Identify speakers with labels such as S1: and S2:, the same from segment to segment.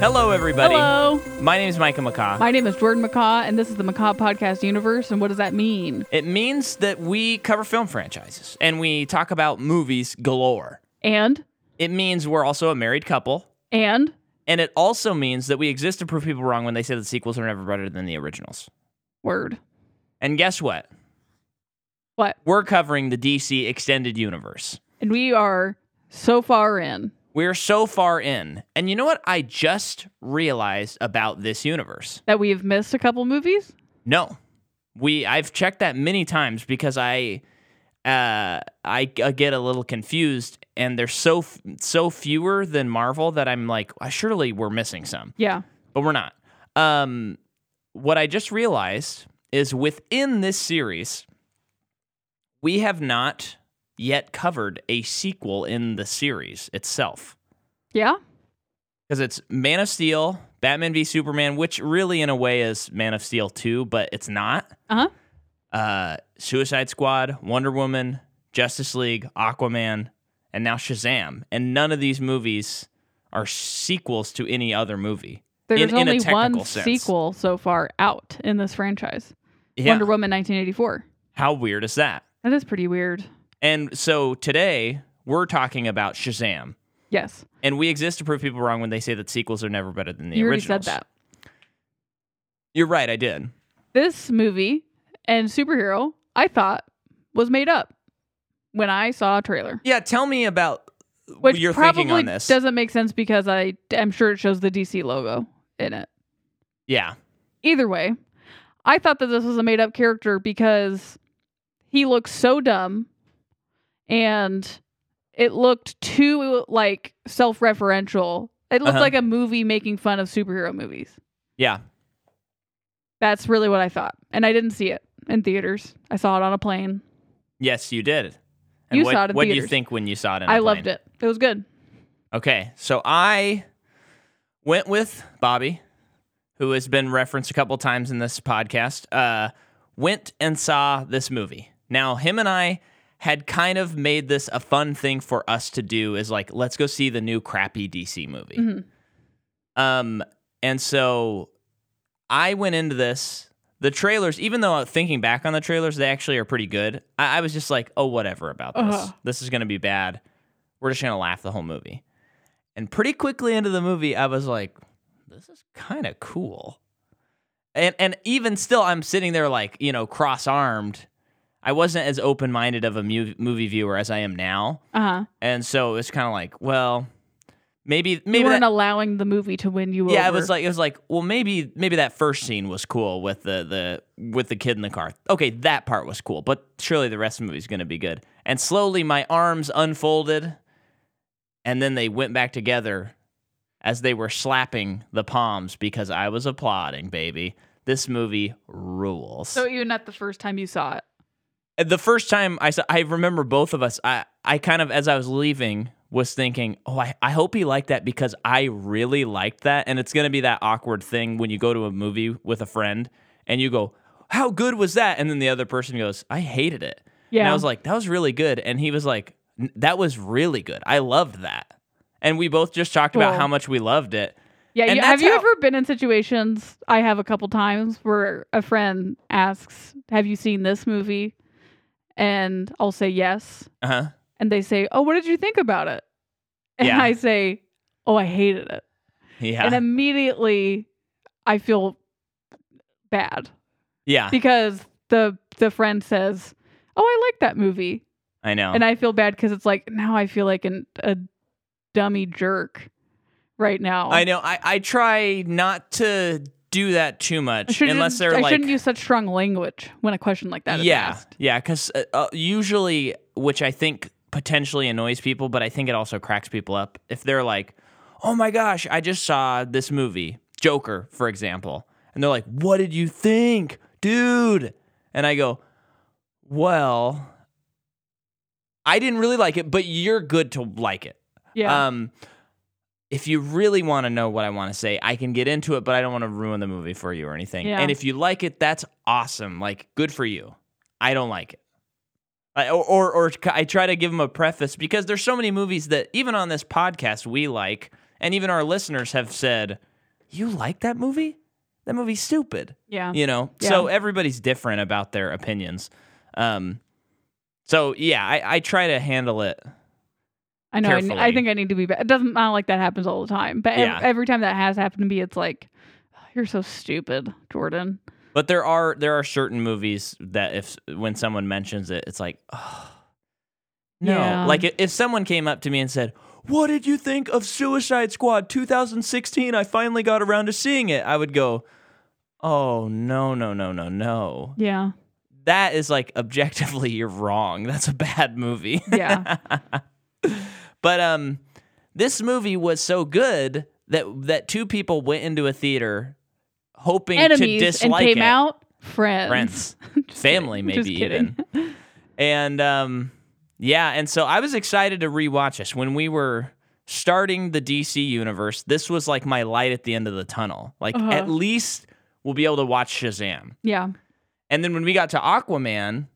S1: Hello, everybody.
S2: Hello.
S1: My name is Micah McCaw.
S2: My name is Jordan McCaw, and this is the McCaw Podcast Universe. And what does that mean?
S1: it means that we cover film franchises and we talk about movies galore.
S2: And,
S1: It means we're also a married couple.
S2: and,
S1: And it also means that we exist to prove people wrong when they say the sequels are never better than the originals.
S2: word.
S1: And guess what?
S2: What?
S1: We're covering the DC Extended Universe.
S2: And we are so far in.
S1: We're so far in. And you know what I just realized about this universe?
S2: That we have missed a couple movies?
S1: No. We I've checked that many times because I uh I, I get a little confused and there's so f- so fewer than Marvel that I'm like "Ah, surely we're missing some.
S2: Yeah.
S1: But we're not. Um what I just realized is within this series we have not yet covered a sequel in the series itself
S2: Yeah?
S1: because it's Man of Steel, Batman v Superman, which really in a way is Man of Steel 2, but it's not
S2: Uh huh.
S1: uh, Suicide Squad, Wonder Woman, Justice League, Aquaman, and now Shazam. And none of these movies are sequels to any other movie.
S2: There's
S1: in a
S2: only one
S1: technical sense.
S2: sequel so far out in this franchise
S1: Yeah.
S2: Wonder Woman 1984.
S1: How weird is that?
S2: That is pretty weird.
S1: And so today we're talking about Shazam.
S2: Yes.
S1: And we exist to prove people wrong when they say that sequels are never better than the
S2: you already
S1: originals.
S2: said that.
S1: You're right, I did.
S2: This movie and superhero, I thought, was made up when I saw a trailer.
S1: Yeah, tell me about
S2: Which
S1: your
S2: probably
S1: thinking on this.
S2: doesn't make sense because I am sure it shows the DC logo in it.
S1: yeah.
S2: Either way, I thought that this was a made up character because he looks so dumb and it looked too like self referential. It looked
S1: Uh-huh.
S2: like a movie making fun of superhero movies.
S1: Yeah.
S2: That's really what I thought. And I didn't see it in theaters. I saw it on a plane.
S1: Yes, you did. And
S2: You
S1: what,
S2: saw it in
S1: what do you
S2: theaters.
S1: think when you saw it in
S2: I
S1: a plane?
S2: loved it. It was good.
S1: Okay, so I went with Bobby, who has been referenced a couple times in this podcast. Uh, went and saw this movie. Now, him and I had kind of made this a fun thing for us to do. Is like, let's go see the new crappy DC movie.
S2: Mhm.
S1: Um, and so I went into this. The trailers, even though thinking back on the trailers, they actually are pretty good. I, I was just like, oh, whatever about this.
S2: Uh-huh.
S1: This is going to be bad. We're just going to laugh the whole movie. And pretty quickly into the movie, I was like, this is kind of cool. And and even still, I'm sitting there like you know cross armed. I wasn't as open minded of a mu- movie viewer as I am now,
S2: Uh huh.
S1: and so it's kind of like, well, maybe maybe
S2: You
S1: that-
S2: weren't allowing the movie to win you over.
S1: yeah, it was like it was like, well, maybe maybe that first scene was cool with the the with the kid in the car. Okay, that part was cool, but surely the rest of the movie's going to be good. And slowly my arms unfolded, and then they went back together as they were slapping the palms because I was applauding, baby. This movie rules.
S2: So even at the first time you saw it.
S1: the first time I saw, I remember both of us. I I kind of as I was leaving was thinking, oh, I, I hope he liked that because I really liked that, and it's gonna be that awkward thing when you go to a movie with a friend and you go, how good was that? And then the other person goes, I hated it. And
S2: Yeah.
S1: I was like, that was really good, and he was like, "N- that was really good. I loved that, and we both just talked about
S2: Cool.
S1: how much we loved it.
S2: Yeah,
S1: And
S2: you,
S1: that's
S2: have you
S1: how-
S2: ever been in situations? I have a couple times where a friend asks, "Have you seen this movie?" And I'll say yes,
S1: Uh huh.
S2: and they say, "Oh, what did you think about it?" And
S1: Yeah.
S2: I say, "Oh, I hated it,"
S1: Yeah.
S2: and immediately I feel bad
S1: yeah.
S2: because the the friend says, "Oh, I like that movie,"
S1: I know.
S2: and I feel bad because it's like now I feel like an, a dummy jerk right now.
S1: I know. I, I try not to do that too
S2: I
S1: much
S2: shouldn't-
S1: unless they're
S2: I
S1: like
S2: shouldn't use such strong language when a question like that is
S1: yeah
S2: asked.
S1: yeah because uh, uh, usually which I think potentially annoys people but I think it also cracks people up if they're like oh my gosh I just saw this movie Joker for example and they're like what did you think dude and I go well I didn't really like it but you're good to like it
S2: Yeah.
S1: Um, if you really want to know what I want to say, I can get into it, but I don't want to ruin the movie for you or anything.
S2: Yeah.
S1: And if you like it, that's awesome. Like, good for you. I don't like it. I, or, or, or c- I try to give them a preface because there's so many movies that even on this podcast we like, and even our listeners have said, you like that movie? That movie's stupid.
S2: Yeah.
S1: You know?
S2: Yeah.
S1: So everybody's different about their opinions. Um, so yeah, I, I try to handle it.
S2: I know. I, ne- I
S1: carefully.
S2: think I need to be. Be- it doesn't. Not like that happens all the time, but ev-
S1: Yeah.
S2: every time that has happened to me, it's like, "Oh, you're so stupid, Jordan.
S1: But there are there are certain movies that if when someone mentions it, it's like, oh, no.
S2: Yeah.
S1: Like i- if someone came up to me and said, "What did you think of Suicide Squad 2016? I finally got around to seeing it," I would go, "Oh no no no no no!
S2: Yeah.
S1: That is like objectively you're wrong. That's a bad movie."
S2: Yeah.
S1: But um, this movie was so good that that two people went into a theater hoping to
S2: Enemies and
S1: dislike
S2: came
S1: it.
S2: out friends.
S1: Friends.
S2: Just
S1: family
S2: kidding. Just
S1: maybe
S2: kidding.
S1: even and um yeah and so i was excited to rewatch this when we were starting the dc universe this was like my light at the end of the tunnel like
S2: Uh-huh.
S1: at least we'll be able to watch shazam
S2: Yeah.
S1: and then when we got to aquaman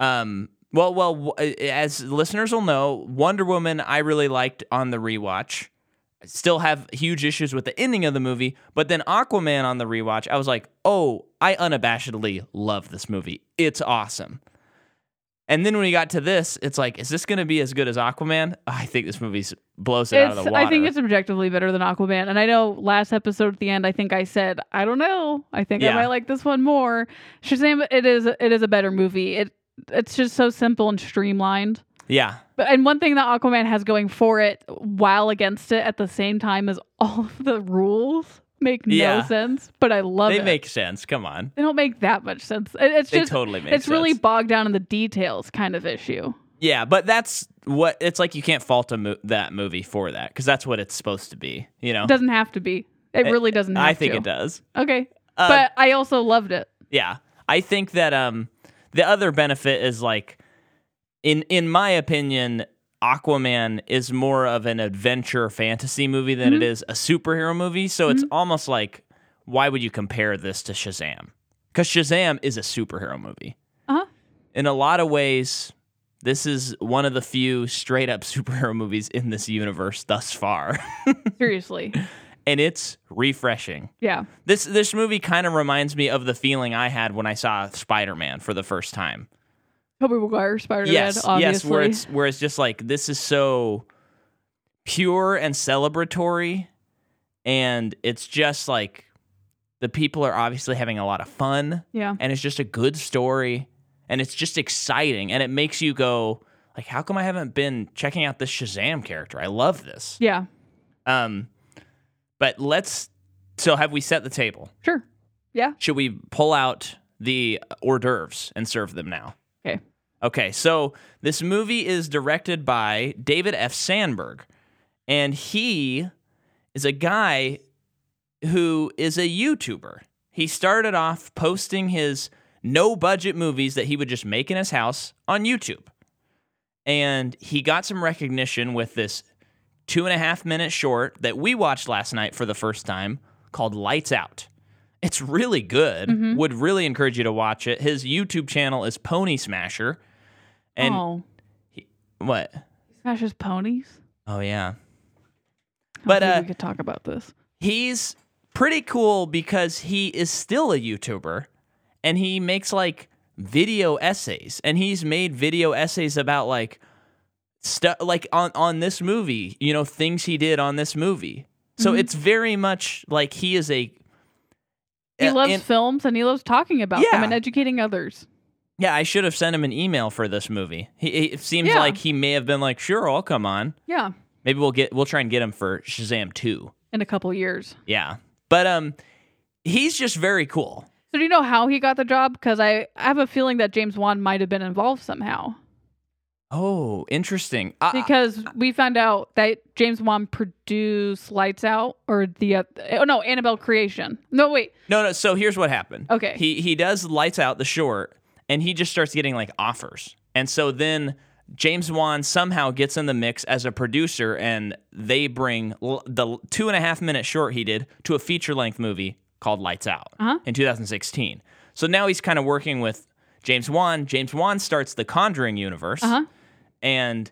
S1: um well well w- uh, as listeners will know wonder woman i really liked on the rewatch still have huge issues with the ending of the movie but then aquaman on the rewatch i was like oh i unabashedly love this movie it's awesome and then when we got to this it's like is this going to be as good as aquaman i think this movie blows it out of
S2: It's,
S1: the water
S2: I think it's objectively better than Aquaman. And I know last episode at the end, I think I said, I don't know. I think I
S1: Yeah.
S2: might like this one more. Shazam, it is it is a better movie. It it's just so simple and streamlined.
S1: yeah
S2: But and one thing that Aquaman has going for it while against it at the same time is all of the rules make no
S1: Yeah.
S2: sense. But I love
S1: they
S2: it.
S1: make sense come on
S2: they don't make that much sense. It- it's
S1: they
S2: just
S1: totally make
S2: it's
S1: sense
S2: really bogged down in the details kind of issue.
S1: Yeah, but that's what it's like. You can't fault a mo- that movie for that because that's what it's supposed to be. You know,
S2: It doesn't have to be. It
S1: It-
S2: really doesn't have
S1: Eh, I think
S2: to.
S1: it does.
S2: Okay.
S1: Uh,
S2: but I also loved it.
S1: yeah, I think that um, the other benefit is like, in in my opinion, Aquaman is more of an adventure fantasy movie than it is a superhero movie. So it's almost like, why would you compare this to Shazam? Because Shazam is a superhero movie.
S2: Uh-huh.
S1: In a lot of ways, this is one of the few straight up superhero movies in this universe thus far,
S2: Seriously.
S1: and it's refreshing.
S2: Yeah.
S1: This this movie kind of reminds me of the feeling I had when I saw Spider Man for the first time.
S2: Tobey Maguire, Spider
S1: yes,
S2: Man,
S1: yes,
S2: obviously.
S1: where it's where it's just like this is so pure and celebratory, and it's just like the people are obviously having a lot of fun,
S2: yeah.
S1: and it's just a good story, and it's just exciting, and it makes you go like, how come I haven't been checking out this Shazam character? I love this.
S2: Yeah.
S1: Um, but let's. So have we set the table?
S2: Sure.
S1: Should we pull out the hors d'oeuvres and serve them now?
S2: Okay.
S1: Okay, so this movie is directed by David F. Sandberg, and he is a guy who is a YouTuber. He started off posting his no budget movies that he would just make in his house on YouTube. And he got some recognition with this two and a half minute short that we watched last night for the first time called Lights Out. It's really good.
S2: Mhm.
S1: Would really encourage you to watch it. His YouTube channel is Pony Smasher. And
S2: oh.
S1: what?
S2: He smashes ponies.
S1: Oh yeah.
S2: I don't
S1: But,
S2: think
S1: uh,
S2: we could talk about this.
S1: He's pretty cool because he is still a YouTuber and he makes like video essays and he's made video essays about like stuff like on on this movie, you know, things he did on this movie. So
S2: Mhm.
S1: it's very much like he is a
S2: He
S1: uh,
S2: loves
S1: and-
S2: films and he loves talking about
S1: Yeah.
S2: them and educating others.
S1: yeah, I should have sent him an email for this movie. He, it seems
S2: Yeah.
S1: like he may have been like, "Sure, I'll come on."
S2: Yeah.
S1: Maybe we'll get we'll try and get him for Shazam 2.
S2: In a couple years.
S1: Yeah. But um he's just very cool.
S2: So do you know how he got the job? Because I, I have a feeling that James Wan might have been involved somehow.
S1: Oh, interesting. I- I-
S2: Because we found out that James Wan produced Lights Out or the uh, oh no Annabelle Creation. No wait,
S1: no, no. So here's what happened.
S2: Okay.
S1: He he does lights out the short, and he just starts getting like offers, and so then James Wan somehow gets in the mix as a producer, and they bring l- the two and a half minute short he did to a feature length movie called Lights Out
S2: Uh-huh.
S1: in 2016. So now he's kind of working with James Wan. James Wan starts the Conjuring universe,
S2: Uh-huh.
S1: and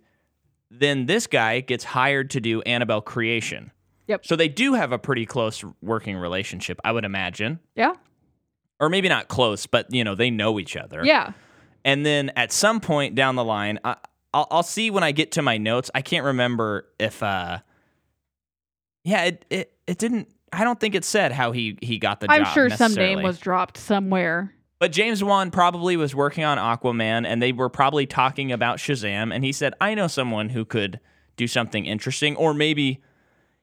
S1: then this guy gets hired to do Annabelle Creation.
S2: Yep.
S1: So they do have a pretty close working relationship, I would imagine.
S2: Yeah.
S1: Or maybe not close, but you know, they know each other.
S2: Yeah.
S1: And then at some point down the line, I, I'll, I'll see when I get to my notes. I can't remember if, uh, yeah, it, it, it didn't. I don't think it said how he he got the
S2: I'm
S1: job.
S2: sure some name
S1: necessarily.
S2: was dropped somewhere.
S1: But James Wan probably was working on Aquaman, and they were probably talking about Shazam, and he said, "I know someone who could do something interesting," or maybe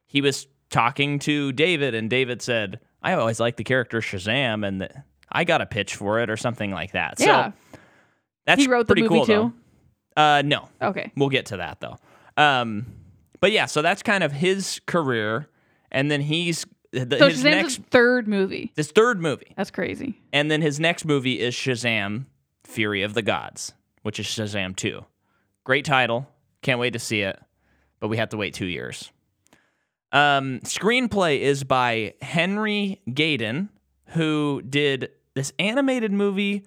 S1: he was talking to David, and David said, "I always liked the character Shazam, and th- I got a pitch for it," or something like that.
S2: yeah.
S1: So that's
S2: He wrote the
S1: pretty
S2: movie
S1: cool,
S2: too?
S1: Though. Uh, no,
S2: Okay.
S1: We'll get to that though. Um, but yeah, so that's kind of his career, and then he's the,
S2: So
S1: his
S2: Shazam's
S1: next
S2: his third movie.
S1: his third movie,
S2: That's crazy.
S1: and then his next movie is Shazam: Fury of the Gods, which is Shazam Two. Great title, can't wait to see it, but we have to wait two years. Um, screenplay is by Henry Gayden, who did this animated movie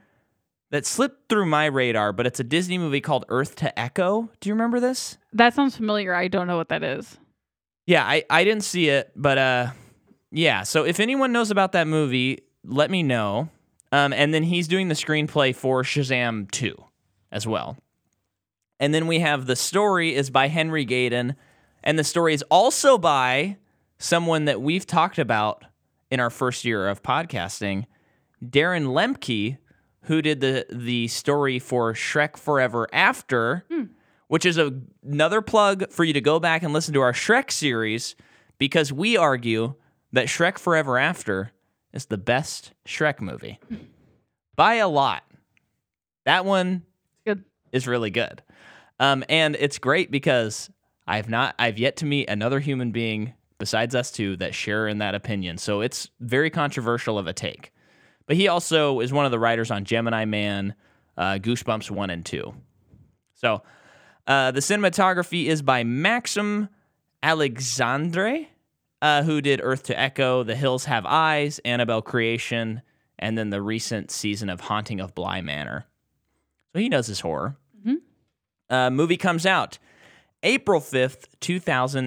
S1: that slipped through my radar, but it's a Disney movie called Earth to Echo. Do you remember this?
S2: That sounds familiar. I don't know what that is.
S1: Yeah, I, I didn't see it, but uh, yeah. So if anyone knows about that movie, let me know. Um, and then he's doing the screenplay for Shazam 2 as well. And then we have the story is by Henry Gayden, and the story is also by someone that we've talked about in our first year of podcasting, Darren Lemke, who did the the story for Shrek Forever After, which is a, another plug for you to go back and listen to our Shrek series because we argue that Shrek Forever After is the best Shrek movie by a lot. That one
S2: Good.
S1: is really good. Um, and it's great because I've not I've yet to meet another human being besides us two that share in that opinion. So it's very controversial of a take. But he also is one of the writers on Gemini Man, uh, Goosebumps one and two. So uh, the cinematography is by Maxim Alexandre, uh, who did Earth to Echo, The Hills Have Eyes, Annabelle Creation, and then the recent season of Haunting of Bly Manor. So he knows his horror.
S2: Mhm.
S1: Uh, movie comes out April 5th,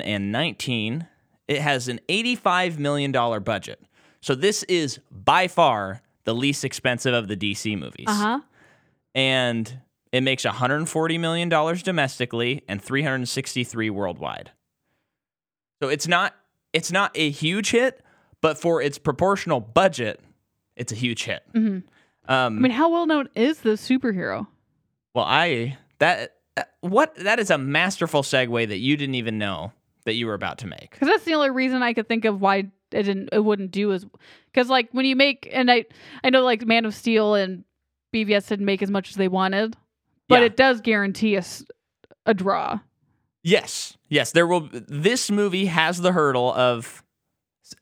S1: 2019. It has an $85 million budget. So this is by far the least expensive of the DC movies
S2: Uh huh.
S1: and it makes 140 million dollars domestically and 363 worldwide. So it's not it's not a huge hit, but for its proportional budget, it's a huge hit.
S2: hmm I
S1: Um,
S2: mean, how well known is this superhero?
S1: well, I that uh, what that is a masterful segue that you didn't even know that you were about to make.
S2: Because that's the only reason I could think of why it didn't, it wouldn't do as. Because like when you make, and I, I know like Man of Steel and BVS didn't make as much as they wanted, but
S1: Yeah.
S2: it does guarantee us a draw.
S1: Yes, yes, there will. This movie has the hurdle of,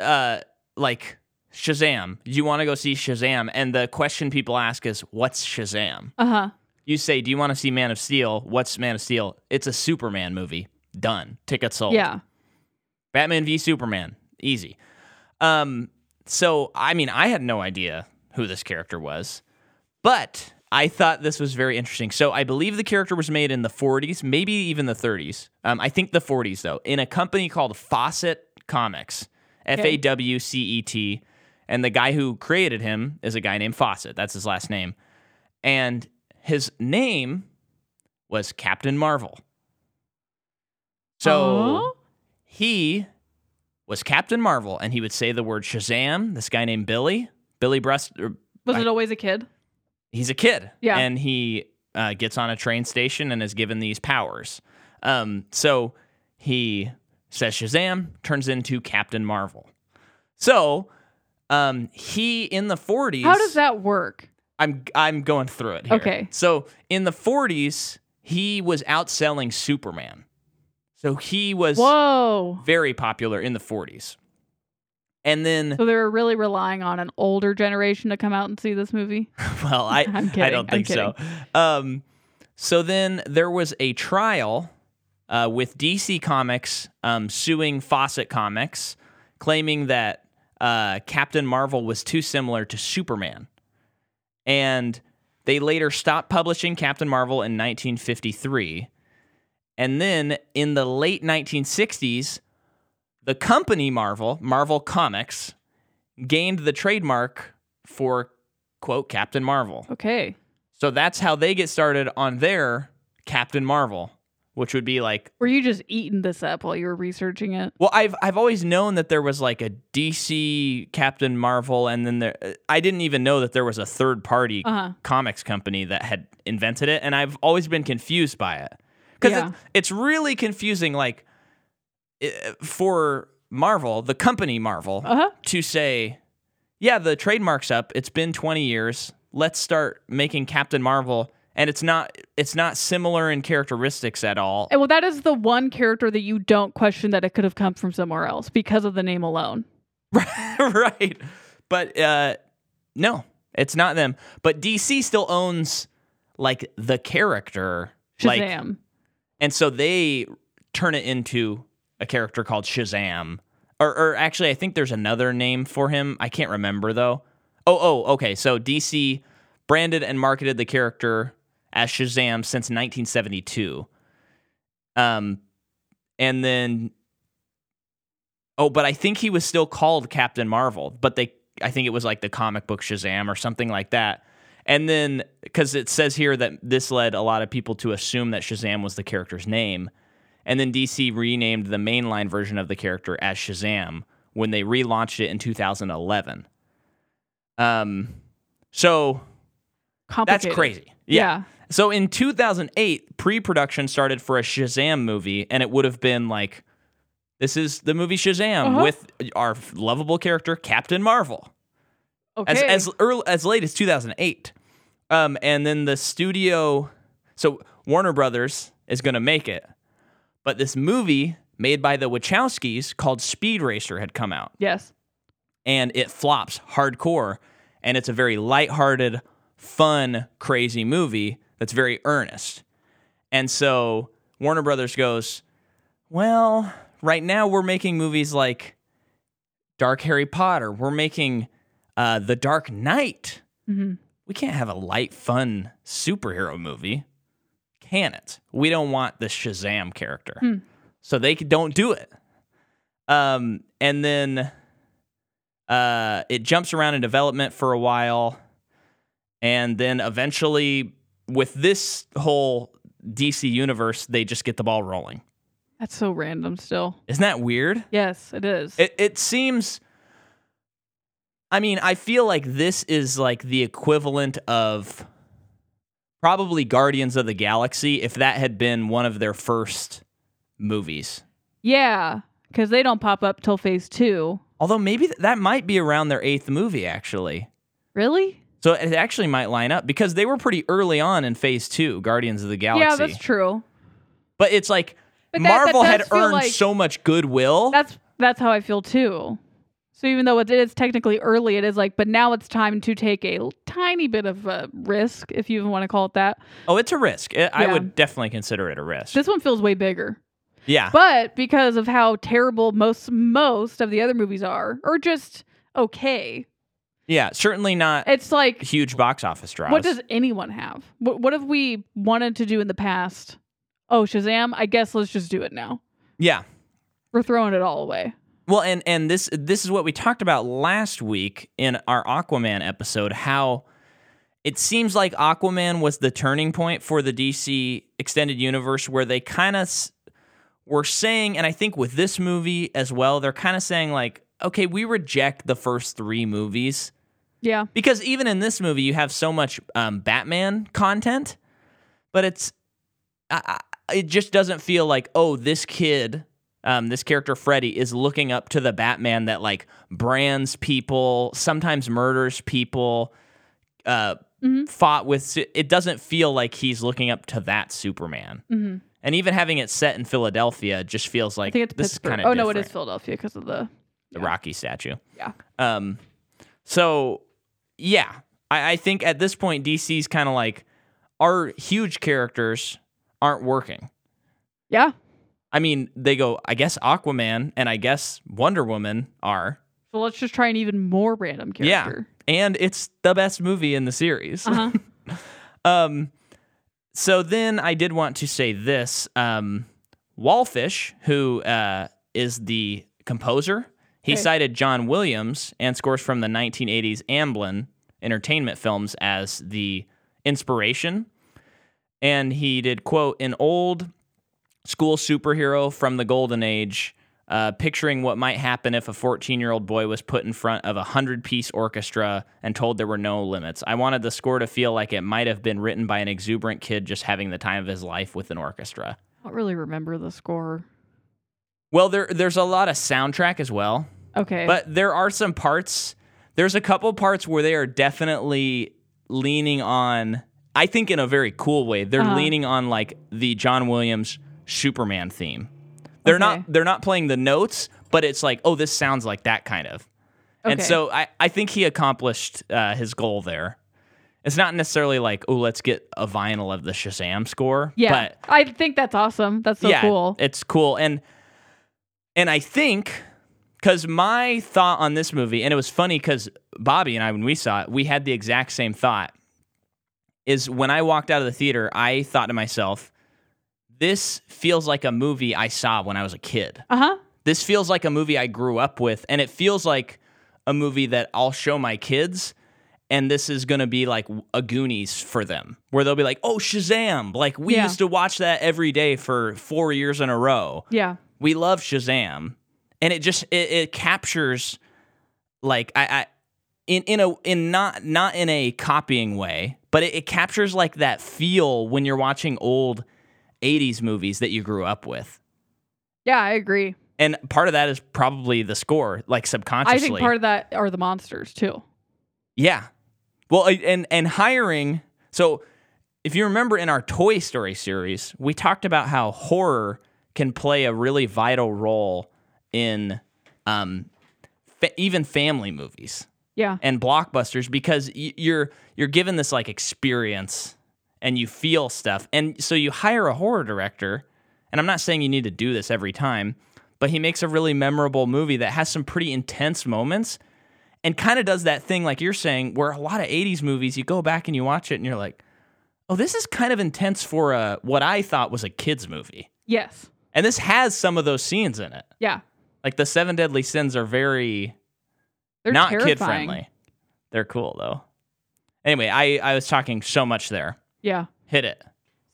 S1: uh, like Shazam. You want to go see Shazam, and the question people ask is, "What's Shazam?"
S2: Uh huh.
S1: You say, "Do you want to see Man of Steel?" What's Man of Steel? It's a Superman movie. Done. Ticket sold.
S2: Yeah.
S1: Batman v Superman. Easy. Um. So I mean, I had no idea who this character was, but I thought this was very interesting. So I believe the character was made in the 40s, maybe even the 30s. Um, I think the 40s though, in a company called Fawcett Comics, F A W C E T, and the guy who created him is a guy named Fawcett. That's his last name, and his name was Captain Marvel. So
S2: Oh.
S1: he was Captain Marvel, and he would say the word Shazam. This guy named Billy, Billy Breast, er,
S2: was
S1: I-
S2: it always a kid?
S1: he's a kid,
S2: Yeah.
S1: and he uh, gets on a train station and is given these powers. Um, so he says Shazam, turns into Captain Marvel. So um, he in the forties.
S2: How does that work?
S1: I'm I'm going through it here.
S2: Okay.
S1: So in the 40s, he was outselling Superman. So he was
S2: Whoa.
S1: very popular in the 40s. And then,
S2: So they were really relying on an older generation to come out and see this movie.
S1: well, I
S2: I'm kidding.
S1: I don't
S2: I'm
S1: think so. Um, so then there was a trial uh, with DC Comics um, suing Fawcett Comics, claiming that uh, Captain Marvel was too similar to Superman, and they later stopped publishing Captain Marvel in 1953. And then in the late 1960s, The company Marvel, Marvel Comics, gained the trademark for quote Captain Marvel.
S2: Okay.
S1: So that's how they get started on their Captain Marvel, which would be like
S2: Were you just eating this up while you were researching it?
S1: well, I've I've always known that there was like a DC Captain Marvel, and then there I didn't even know that there was a third party
S2: Uh huh.
S1: comics company that had invented it, and I've always been confused by it because
S2: Yeah.
S1: it's really confusing. Like i- for Marvel, the company Marvel,
S2: Uh huh.
S1: to say, yeah, the trademark's up. It's been 20 years. Let's start making Captain Marvel, and it's not it's not similar in characteristics at all.
S2: And well, that is the one character that you don't question that it could have come from somewhere else because of the name alone.
S1: right. But uh no, it's not them. But DC still owns like the character like
S2: Shazam.
S1: and so they turn it into a character called Shazam. Or or actually I think there's another name for him. I can't remember though. Oh, oh, okay. So DC branded and marketed the character as Shazam since 1972. Um and then Oh, but I think he was still called Captain Marvel, but they I think it was like the comic book Shazam or something like that. And then cuz it says here that this led a lot of people to assume that Shazam was the character's name. And then DC renamed the mainline version of the character as Shazam when they relaunched it in 2011. Um so that's
S2: Complicated.
S1: crazy.
S2: Yeah.
S1: So in 2008, pre-production started for a Shazam movie, and it would have been like, this is the movie Shazam
S2: Uh-huh.
S1: with our lovable character Captain Marvel, as
S2: Okay.
S1: as early, as late as 2008, um, and then the studio, so Warner Brothers is going to make it, but this movie made by the Wachowskis called Speed Racer had come out
S2: yes.
S1: and it flops hardcore. And it's a very lighthearted, fun, crazy movie that's very earnest. And so Warner Brothers goes, Well, right now we're making movies like Dark Harry Potter, we're making uh, The Dark Knight.
S2: Mhm.
S1: We can't have a light, fun superhero movie, can it? We don't want the Shazam character.
S2: Hmm.
S1: So they c- don't do it. Um, and then uh, it jumps around in development for a while, and then eventually, with this whole DC universe, they just get the ball rolling.
S2: That's so random still.
S1: Isn't that weird?
S2: Yes, it is.
S1: It it seems. I mean, I feel like this is like the equivalent of probably Guardians of the Galaxy if that had been one of their first movies.
S2: yeah. Because they don't pop up till phase two.
S1: Although maybe th- that might be around their eighth movie actually.
S2: Really?
S1: So it actually might line up because they were pretty early on in Phase Two, Guardians of the Galaxy.
S2: Yeah, that's true.
S1: but it's like
S2: But that- that
S1: Marvel
S2: does
S1: had
S2: feel
S1: earned
S2: like-
S1: so much goodwill.
S2: That's that's how I feel too. So even though it is technically early, it is like, but now it's time to take a l- tiny bit of a risk, if you even want to call it that.
S1: Oh, it's a risk. I- I
S2: Yeah.
S1: would definitely consider it a risk.
S2: This one feels way bigger.
S1: yeah,
S2: But because of how terrible most most of the other movies are, or just okay,
S1: yeah, certainly not
S2: it's like,
S1: huge box office draws.
S2: what does anyone have? What what have we wanted to do in the past? Oh, Shazam! I guess let's just do it now.
S1: yeah.
S2: We're throwing it all away.
S1: Well, and and this this is what we talked about last week in our Aquaman episode. How it seems like Aquaman was the turning point for the DC extended universe, where they kind of s- were saying, and I think with this movie as well, they're kind of saying like, okay, we reject the first three movies
S2: Yeah,
S1: because even in this movie you have so much um, Batman content, but it's I, I, it just doesn't feel like oh this kid, um, this character Freddy is looking up to the Batman that like brands people, sometimes murders people, uh,
S2: Mhm.
S1: fought with. su- It doesn't feel like he's looking up to that Superman.
S2: Mhm.
S1: And even having it set in Philadelphia just feels like
S2: I think it's
S1: this is
S2: Pittsburgh.
S1: kind of
S2: oh no, it is Philadelphia because of the
S1: the Rocky statue.
S2: Yeah.
S1: Um. So yeah, I, I think at this point DC's kind of like our huge characters aren't working.
S2: yeah.
S1: I mean, they go. I guess Aquaman and I guess Wonder Woman are,
S2: So let's just try an even more random
S1: Yeah.
S2: character.
S1: and it's the best movie in the series.
S2: Uh-huh.
S1: Um, so then I did want to say this. Um, Wallfish, who uh, is the composer. He
S2: Okay.
S1: cited John Williams and scores from the 1980s Amblin entertainment films as the inspiration. And he did quote an old school superhero from the golden age, uh, picturing what might happen if a 14 year old boy was put in front of a 100 piece orchestra and told there were no limits. I wanted the score to feel like it might have been written by an exuberant kid just having the time of his life with an orchestra.
S2: I don't really remember the score.
S1: Well, there, there's a lot of soundtrack as well,
S2: Okay.
S1: but there are some parts. There's a couple parts where they are definitely leaning on, I think in a very cool way, they're
S2: Uh-huh.
S1: leaning on like the John Williams Superman theme. They're
S2: Okay.
S1: not they're not playing the notes, but it's like, oh, this sounds like that kind of. And
S2: Okay.
S1: so I, I think he accomplished uh, his goal there. It's not necessarily like, oh, let's get a vinyl of the Shazam score.
S2: yeah.
S1: But
S2: I think that's awesome. That's so cool.
S1: it's cool. And and I think because my thought on this movie, and it was funny because Bobby and I, when we saw it, we had the exact same thought. Is when I walked out of the theater, I thought to myself, "This feels like a movie I saw when I was a kid.
S2: Uh huh.
S1: This feels like a movie I grew up with, and it feels like a movie that I'll show my kids." And this is going to be like a Goonies for them, where they'll be like, "Oh, Shazam!" Like we
S2: Yeah.
S1: used to watch that every day for four years in a row
S2: Yeah.
S1: we love Shazam, and it just it, it captures like I, I in in a in not not in a copying way, but it, it captures like that feel when you're watching old '80s movies that you grew up with,
S2: Yeah, I agree.
S1: and part of that is probably the score, like
S2: I
S1: subconsciously.
S2: think part of that are the monsters too.
S1: Yeah. Well, I- and and hiring. So, if you remember in our Toy Story series, we talked about how horror can play a really vital role in um, fa- even family movies
S2: Yeah.
S1: and blockbusters because y- you're you're given this like experience and you feel stuff and so you hire a horror director and I'm not saying you need to do this every time but he makes a really memorable movie that has some pretty intense moments and kind of does that thing like you're saying where a lot of 80s movies you go back and you watch it and you're like oh this is kind of intense for a what I thought was a kids movie
S2: Yes.
S1: and this has some of those scenes in it
S2: Yeah.
S1: like the seven deadly sins are very
S2: They're
S1: not
S2: terrifying.
S1: kid friendly. They're cool though. Anyway, I, I was talking so much there.
S2: Yeah.
S1: Hit it.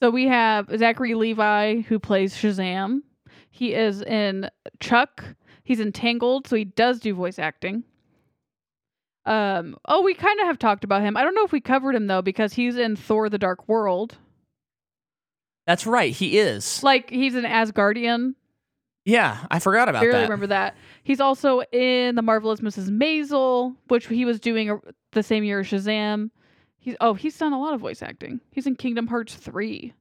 S2: So we have Zachary Levi who plays Shazam. He is in Chuck. He's entangled, so he does do voice acting. Um. Oh, we kind of have talked about him. I don't know if we covered him though, because he's in Thor: The Dark World.
S1: That's right. He is.
S2: Like he's an Asgardian.
S1: Yeah, I forgot about
S2: barely
S1: that.
S2: remember that. He's also in the marvelous Mrs. Maisel, which he was doing a, the same year as Shazam. He's oh, he's done a lot of voice acting. He's in Kingdom Hearts three.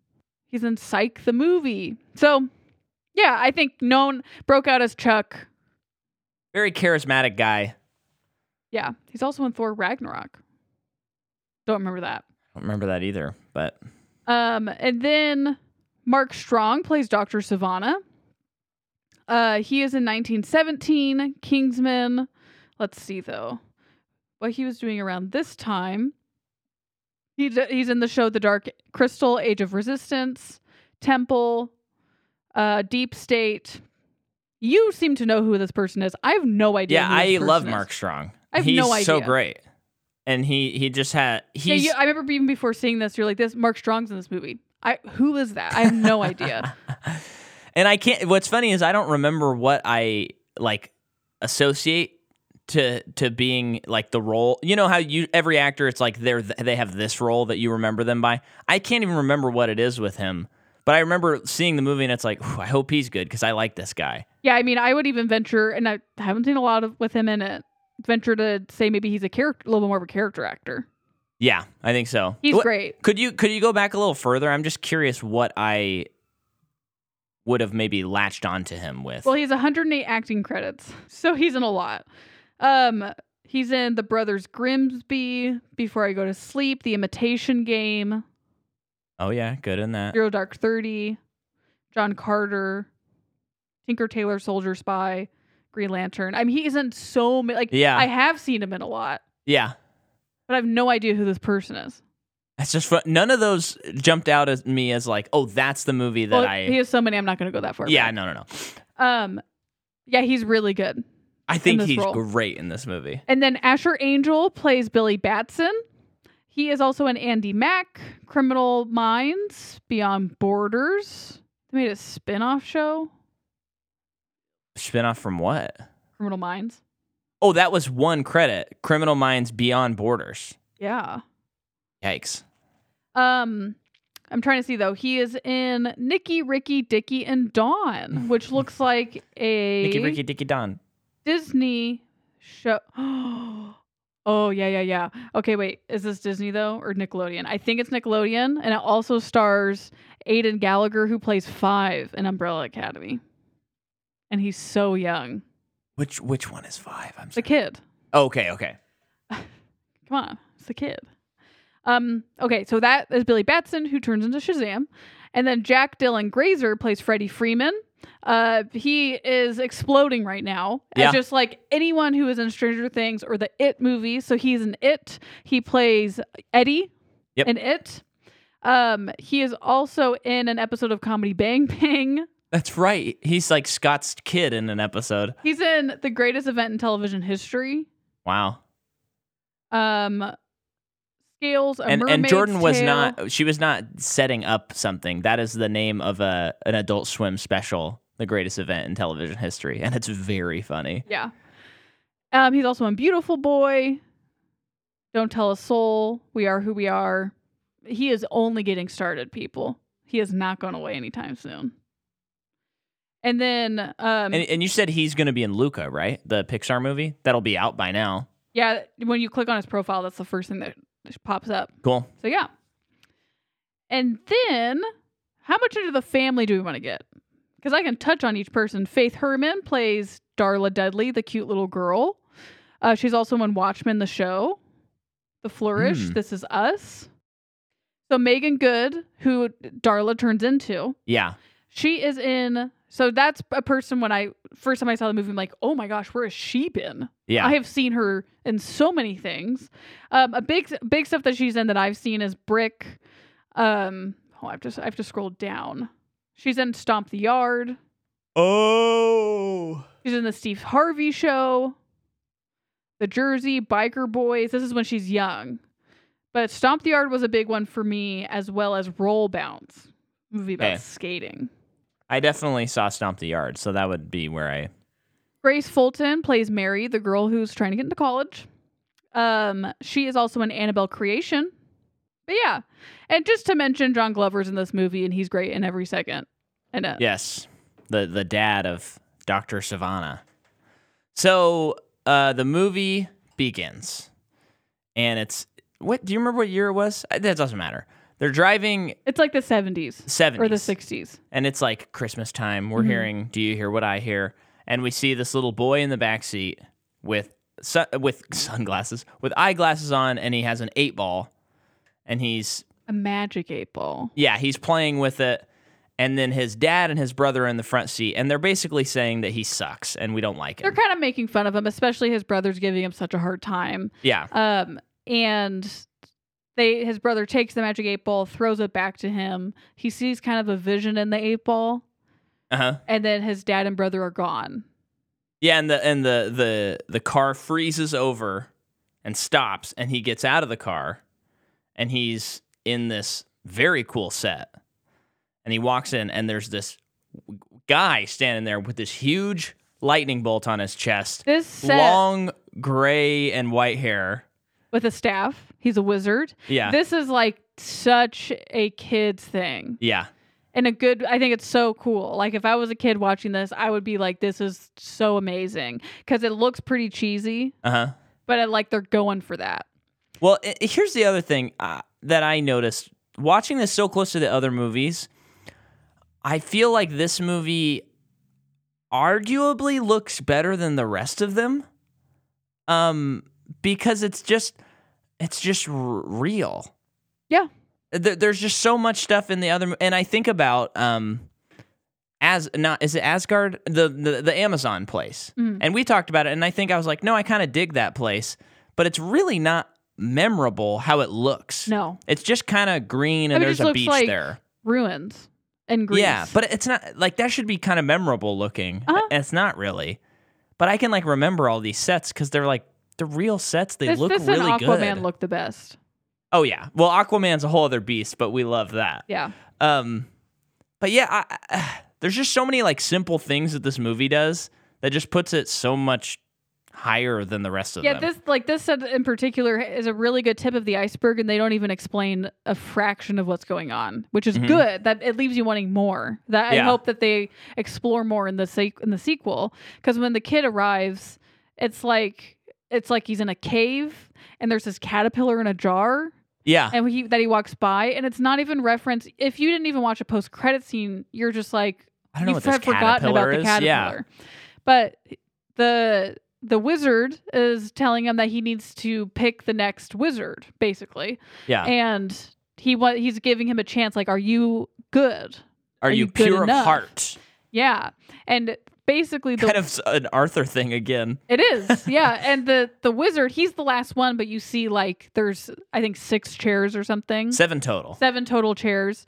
S2: He's in Psych the movie. So, yeah, I think known broke out as Chuck.
S1: Very charismatic guy.
S2: Yeah, he's also in Thor Ragnarok. Don't remember that.
S1: I don't remember that either, but
S2: Um, and then Mark Strong plays Dr. Savannah. Uh, he is in 1917, Kingsman. Let's see though, what he was doing around this time. He d- he's in the show The Dark Crystal, Age of Resistance, Temple, uh, Deep State. You seem to know who this person is. I have no idea.
S1: yeah,
S2: who this
S1: I
S2: person
S1: love
S2: is.
S1: Mark Strong.
S2: I have
S1: he's
S2: no
S1: so
S2: idea.
S1: great. And he he just had
S2: Yeah,
S1: he's
S2: you, I remember even before seeing this, you're like, "This Mark Strong's in this movie." I who is that? I have no idea.
S1: and I can't what's funny is I don't remember what I like associate to to being like the role. You know how you every actor it's like they're th- they have this role that you remember them by. I can't even remember what it is with him. But I remember seeing the movie and it's like, "Whew, I hope he's good because I like this guy.
S2: Yeah, I mean, I would even venture, and I haven't seen a lot of with him in it. Venture to say maybe he's a character, a little more of a character actor.
S1: Yeah, I think so.
S2: He's
S1: What-
S2: great.
S1: Could you could you go back a little further? I'm just curious what I would have maybe latched onto him with.
S2: Well, he has 108 acting credits, so he's in a lot. Um, he's in The Brothers Grimsby, Before I Go to Sleep, The Imitation Game,
S1: oh yeah, good in that.
S2: Zero Dark Thirty, John Carter, Tinker Tailor Soldier Spy, Green Lantern. I mean, he isn't so many. Like,
S1: Yeah.
S2: I have seen him in a lot,
S1: Yeah.
S2: but I have no idea who this person is.
S1: That's just fun. None of those jumped out at me as like, oh, that's the movie that
S2: well,
S1: I.
S2: he has so many. I'm not going to go that far.
S1: yeah,
S2: back.
S1: no, no, no.
S2: Um, Yeah, he's really good.
S1: I think
S2: this
S1: he's
S2: role.
S1: great in this movie.
S2: And then Asher Angel plays Billy Batson. He is also in Andy Mack, Criminal Minds, Beyond Borders. They made a spin-off show,
S1: Spinoff from what?
S2: Criminal Minds.
S1: Oh, that was one credit. Criminal Minds Beyond Borders.
S2: Yeah.
S1: Yikes.
S2: Um I'm trying to see though. He is in Nicky, Ricky, Dicky, and Dawn, which looks like a
S1: Nicky Ricky Dicky Don.
S2: Disney show. oh yeah, yeah, yeah. Okay, wait. Is this Disney though or Nickelodeon? I think it's Nickelodeon, and it also stars Aidan Gallagher, who plays Five in Umbrella Academy, and he's so young,
S1: Which which one is five? I'm
S2: the
S1: sorry.
S2: kid.
S1: Okay, okay.
S2: Come on, it's the kid. Um. Okay, so that is Billy Batson, who turns into Shazam, and then Jack Dylan Grazer plays Freddie Freeman. Uh, he is exploding right now. as
S1: Yeah.
S2: just like anyone who is in Stranger Things or the It movie. So he's an It. He plays Eddie
S1: Yep.
S2: in It. Um, he is also in an episode of Comedy Bang Bang.
S1: That's right. He's like Scott's kid in an episode.
S2: He's in the greatest event in television history.
S1: Wow.
S2: Um, Scales, a
S1: and and
S2: Mermaid's
S1: Jordan was
S2: Tale.
S1: not she was not setting up something. That is the name of a an adult swim special, the greatest event in television history, and it's very funny.
S2: Yeah. Um, he's also in Beautiful Boy. Don't tell a soul. We are who we are. He is only getting started, people. He is not going away anytime soon. And then, um,
S1: And and you said he's going to be in Luca, right? The Pixar movie? That'll be out by now.
S2: yeah, when you click on his profile, that's the first thing that pops up.
S1: Cool.
S2: So yeah. And then, how much into the family do we want to get? Because I can touch on each person. Faith Herman plays Darla Dudley, the cute little girl. Uh, she's also in Watchmen, the show, The Flourish,
S1: Hmm.
S2: This Is Us. So Megan Good, who Darla turns into,
S1: Yeah.
S2: she is in. So that's a person when I first time I saw the movie, I'm like, oh my gosh, where has she been?
S1: Yeah.
S2: I have seen her in so many things. Um, a big big stuff that she's in that I've seen is Brick. Um, oh, I've just I have to scroll down. She's in Stomp the Yard.
S1: oh.
S2: She's in the Steve Harvey Show. The Jersey Biker Boys. This is when she's young, but Stomp the Yard was a big one for me, as well as Roll Bounce, movie about
S1: Okay.
S2: skating.
S1: I definitely saw Stomp the Yard, so that would be where I
S2: Grace Fulton plays Mary, the girl who's trying to get into college. Um, she is also in Annabelle Creation. But yeah, and just to mention, John Glover's in this movie, and he's great in every second. And uh,
S1: Yes, the the dad of Doctor Savannah. So uh, the movie begins, and it's what? Do you remember what year it was? Uh, That doesn't matter. They're driving
S2: it's like the seventies
S1: seventies
S2: or the sixties.
S1: and it's like Christmas time. We're
S2: Mhm.
S1: hearing, "Do you hear what I hear?" And we see this little boy in the back seat with su- with sunglasses, with eyeglasses on, and he has an eight ball, and he's
S2: A magic eight ball.
S1: yeah, he's playing with it. And then his dad and his brother are in the front seat, and they're basically saying that he sucks and we don't like
S2: They're
S1: him.
S2: kind of making fun of him, especially his brother's giving him such a hard time.
S1: Yeah.
S2: Um, and they his brother takes the magic eight ball, throws it back to him. He sees kind of a vision in the eight ball,
S1: Uh huh.
S2: and then his dad and brother are gone.
S1: Yeah, and the and the the the car freezes over and stops, and he gets out of the car, and he's in this very cool set, and he walks in, and there's this guy standing there with this huge lightning bolt on his chest,
S2: This set
S1: long gray and white hair.
S2: with a staff. He's a wizard.
S1: Yeah.
S2: This is like such a kid's thing.
S1: yeah.
S2: And a good I think it's so cool. Like if I was a kid watching this, I would be like this is so amazing cuz it looks pretty cheesy,
S1: Uh huh.
S2: but I like they're going for that.
S1: Well, i i- here's the other thing uh, that I noticed watching this so close to the other movies. I feel like this movie arguably looks better than the rest of them, um, because it's just it's just r- real.
S2: Yeah.
S1: There, there's just so much stuff in the other, mo- and I think about um, as not is it Asgard the the, the Amazon place,
S2: Mm.
S1: and we talked about it, and I think I was like, no, I kind of dig that place, but it's really not memorable how it looks.
S2: No.
S1: It's just kind of green, and
S2: I mean, it
S1: there's
S2: just
S1: a
S2: looks
S1: beach
S2: like-
S1: there.
S2: Ruins. and Greece.
S1: Yeah, but it's not like that should be kind of memorable looking.
S2: Uh-huh.
S1: It's not really. But I can like remember all these sets because they're like the real sets. They
S2: this,
S1: look
S2: this
S1: really
S2: and Aquaman
S1: good.
S2: look the best.
S1: oh yeah. Well, Aquaman's a whole other beast, but we love that.
S2: Yeah.
S1: Um, but yeah, I, I, there's just so many like simple things that this movie does that just puts it so much higher than the rest of
S2: yeah,
S1: them.
S2: this like this set in particular is a really good tip of the iceberg, and they don't even explain a fraction of what's going on, which is
S1: Mhm.
S2: good. That it leaves you wanting more. That
S1: Yeah.
S2: I hope that they explore more in the se- in the sequel, because when the kid arrives, it's like it's like he's in a cave, and there's this caterpillar in a jar,
S1: yeah,
S2: and he that he walks by, and it's not even referenced. If you didn't even watch a post credit scene, you're just like,
S1: I don't know
S2: you've
S1: what this
S2: had forgotten about
S1: caterpillar
S2: the
S1: is.
S2: caterpillar. But the the wizard is telling him that he needs to pick the next wizard, basically,
S1: Yeah, yeah.
S2: and he wa- he's giving him a chance. Like, are you good?
S1: Are
S2: are
S1: you
S2: you good
S1: pure of
S2: enough?
S1: heart?
S2: Yeah, and basically the Mm-hmm.
S1: Kind of s- an Arthur thing again.
S2: it is yeah, and the the wizard he's the last one, but you see like there's I think six chairs or something.
S1: Seven total.
S2: seven total chairs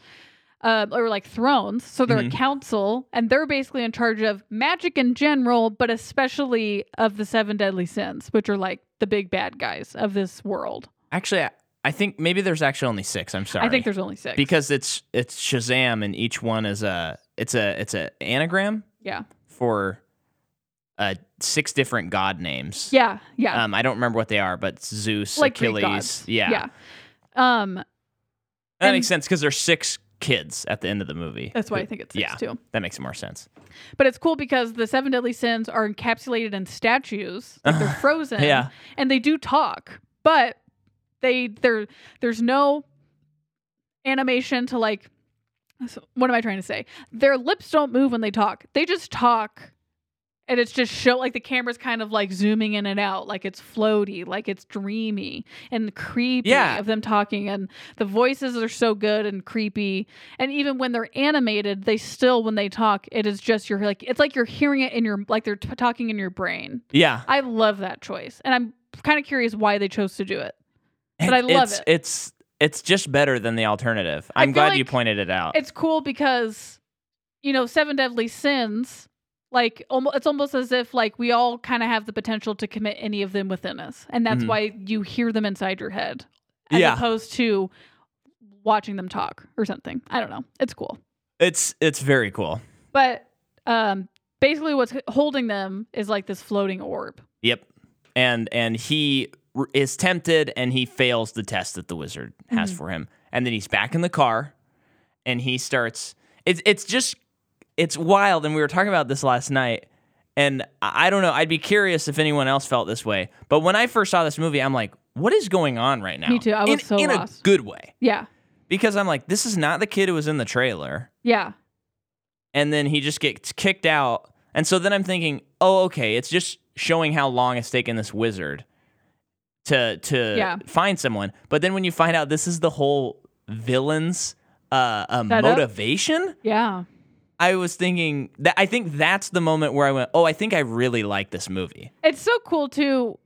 S2: uh, or like thrones so they're
S1: Mhm.
S2: a council and they're basically in charge of magic in general but especially of the seven deadly sins which are like the big bad guys of this world
S1: Actually, I, I think maybe there's actually only six. I'm sorry.
S2: i think there's only six
S1: because it's it's Shazam, and each one is a it's a it's a anagram
S2: yeah
S1: for uh six different god names.
S2: yeah yeah
S1: Um, I don't remember what they are, but it's Zeus,
S2: like Greek
S1: Achilles.
S2: gods.
S1: Yeah.
S2: yeah um
S1: That
S2: And-
S1: makes sense because there's six kids at the end of the movie.
S2: that's why i
S1: Who-
S2: think it's six
S1: yeah.
S2: too
S1: That makes more sense.
S2: but it's cool because the seven deadly sins are encapsulated in statues like they're frozen
S1: Yeah.
S2: and they do talk but they there there's no animation to like so- what am i trying to say their lips don't move when they talk they just talk and it's just show like the camera's kind of like zooming in and out like it's floaty like it's dreamy and creepy
S1: Yeah.
S2: of them talking and the voices are so good and creepy and even when they're animated they still when they talk it is just you're like it's like you're hearing it in your like they're t- talking in your brain
S1: Yeah.
S2: I love that choice, and I'm kind of curious why they chose to do it. But I
S1: It-
S2: love
S1: it's,
S2: it.
S1: It's it's just better than the alternative.
S2: I
S1: I'm
S2: feel
S1: glad you
S2: like
S1: pointed it out.
S2: It's cool because, you know, Seven Deadly Sins. Like almost, it's almost as if like we all kind of have the potential to commit any of them within us, and that's
S1: Mhm.
S2: why you hear them inside your head, as
S1: Yeah.
S2: opposed to watching them talk or something. I don't know. It's cool,
S1: It's it's very cool.
S2: but um, basically, what's holding them is like this floating orb.
S1: Yep. And and he r- is tempted and he fails the test that the wizard has
S2: Mhm.
S1: for him. And then he's back in the car and he starts it's it's just it's wild and we were talking about this last night and I I don't know, I'd be curious if anyone else felt this way. But when I first saw this movie, I'm like, what is going on right now?
S2: Me too. I was
S1: in,
S2: so
S1: in a
S2: lost.
S1: good way.
S2: Yeah,
S1: Because I'm like, this is not the kid who was in the trailer
S2: yeah,
S1: and then he just gets kicked out. And so then I'm thinking, oh, okay, it's just showing how long it's taken this wizard to to
S2: Yeah.
S1: find someone. But then when you find out this is the whole villain's uh, um,
S2: Setup?
S1: motivation,
S2: yeah.
S1: I was thinking that I think that's the moment where I went, oh, I think I really like this movie.
S2: It's so cool too.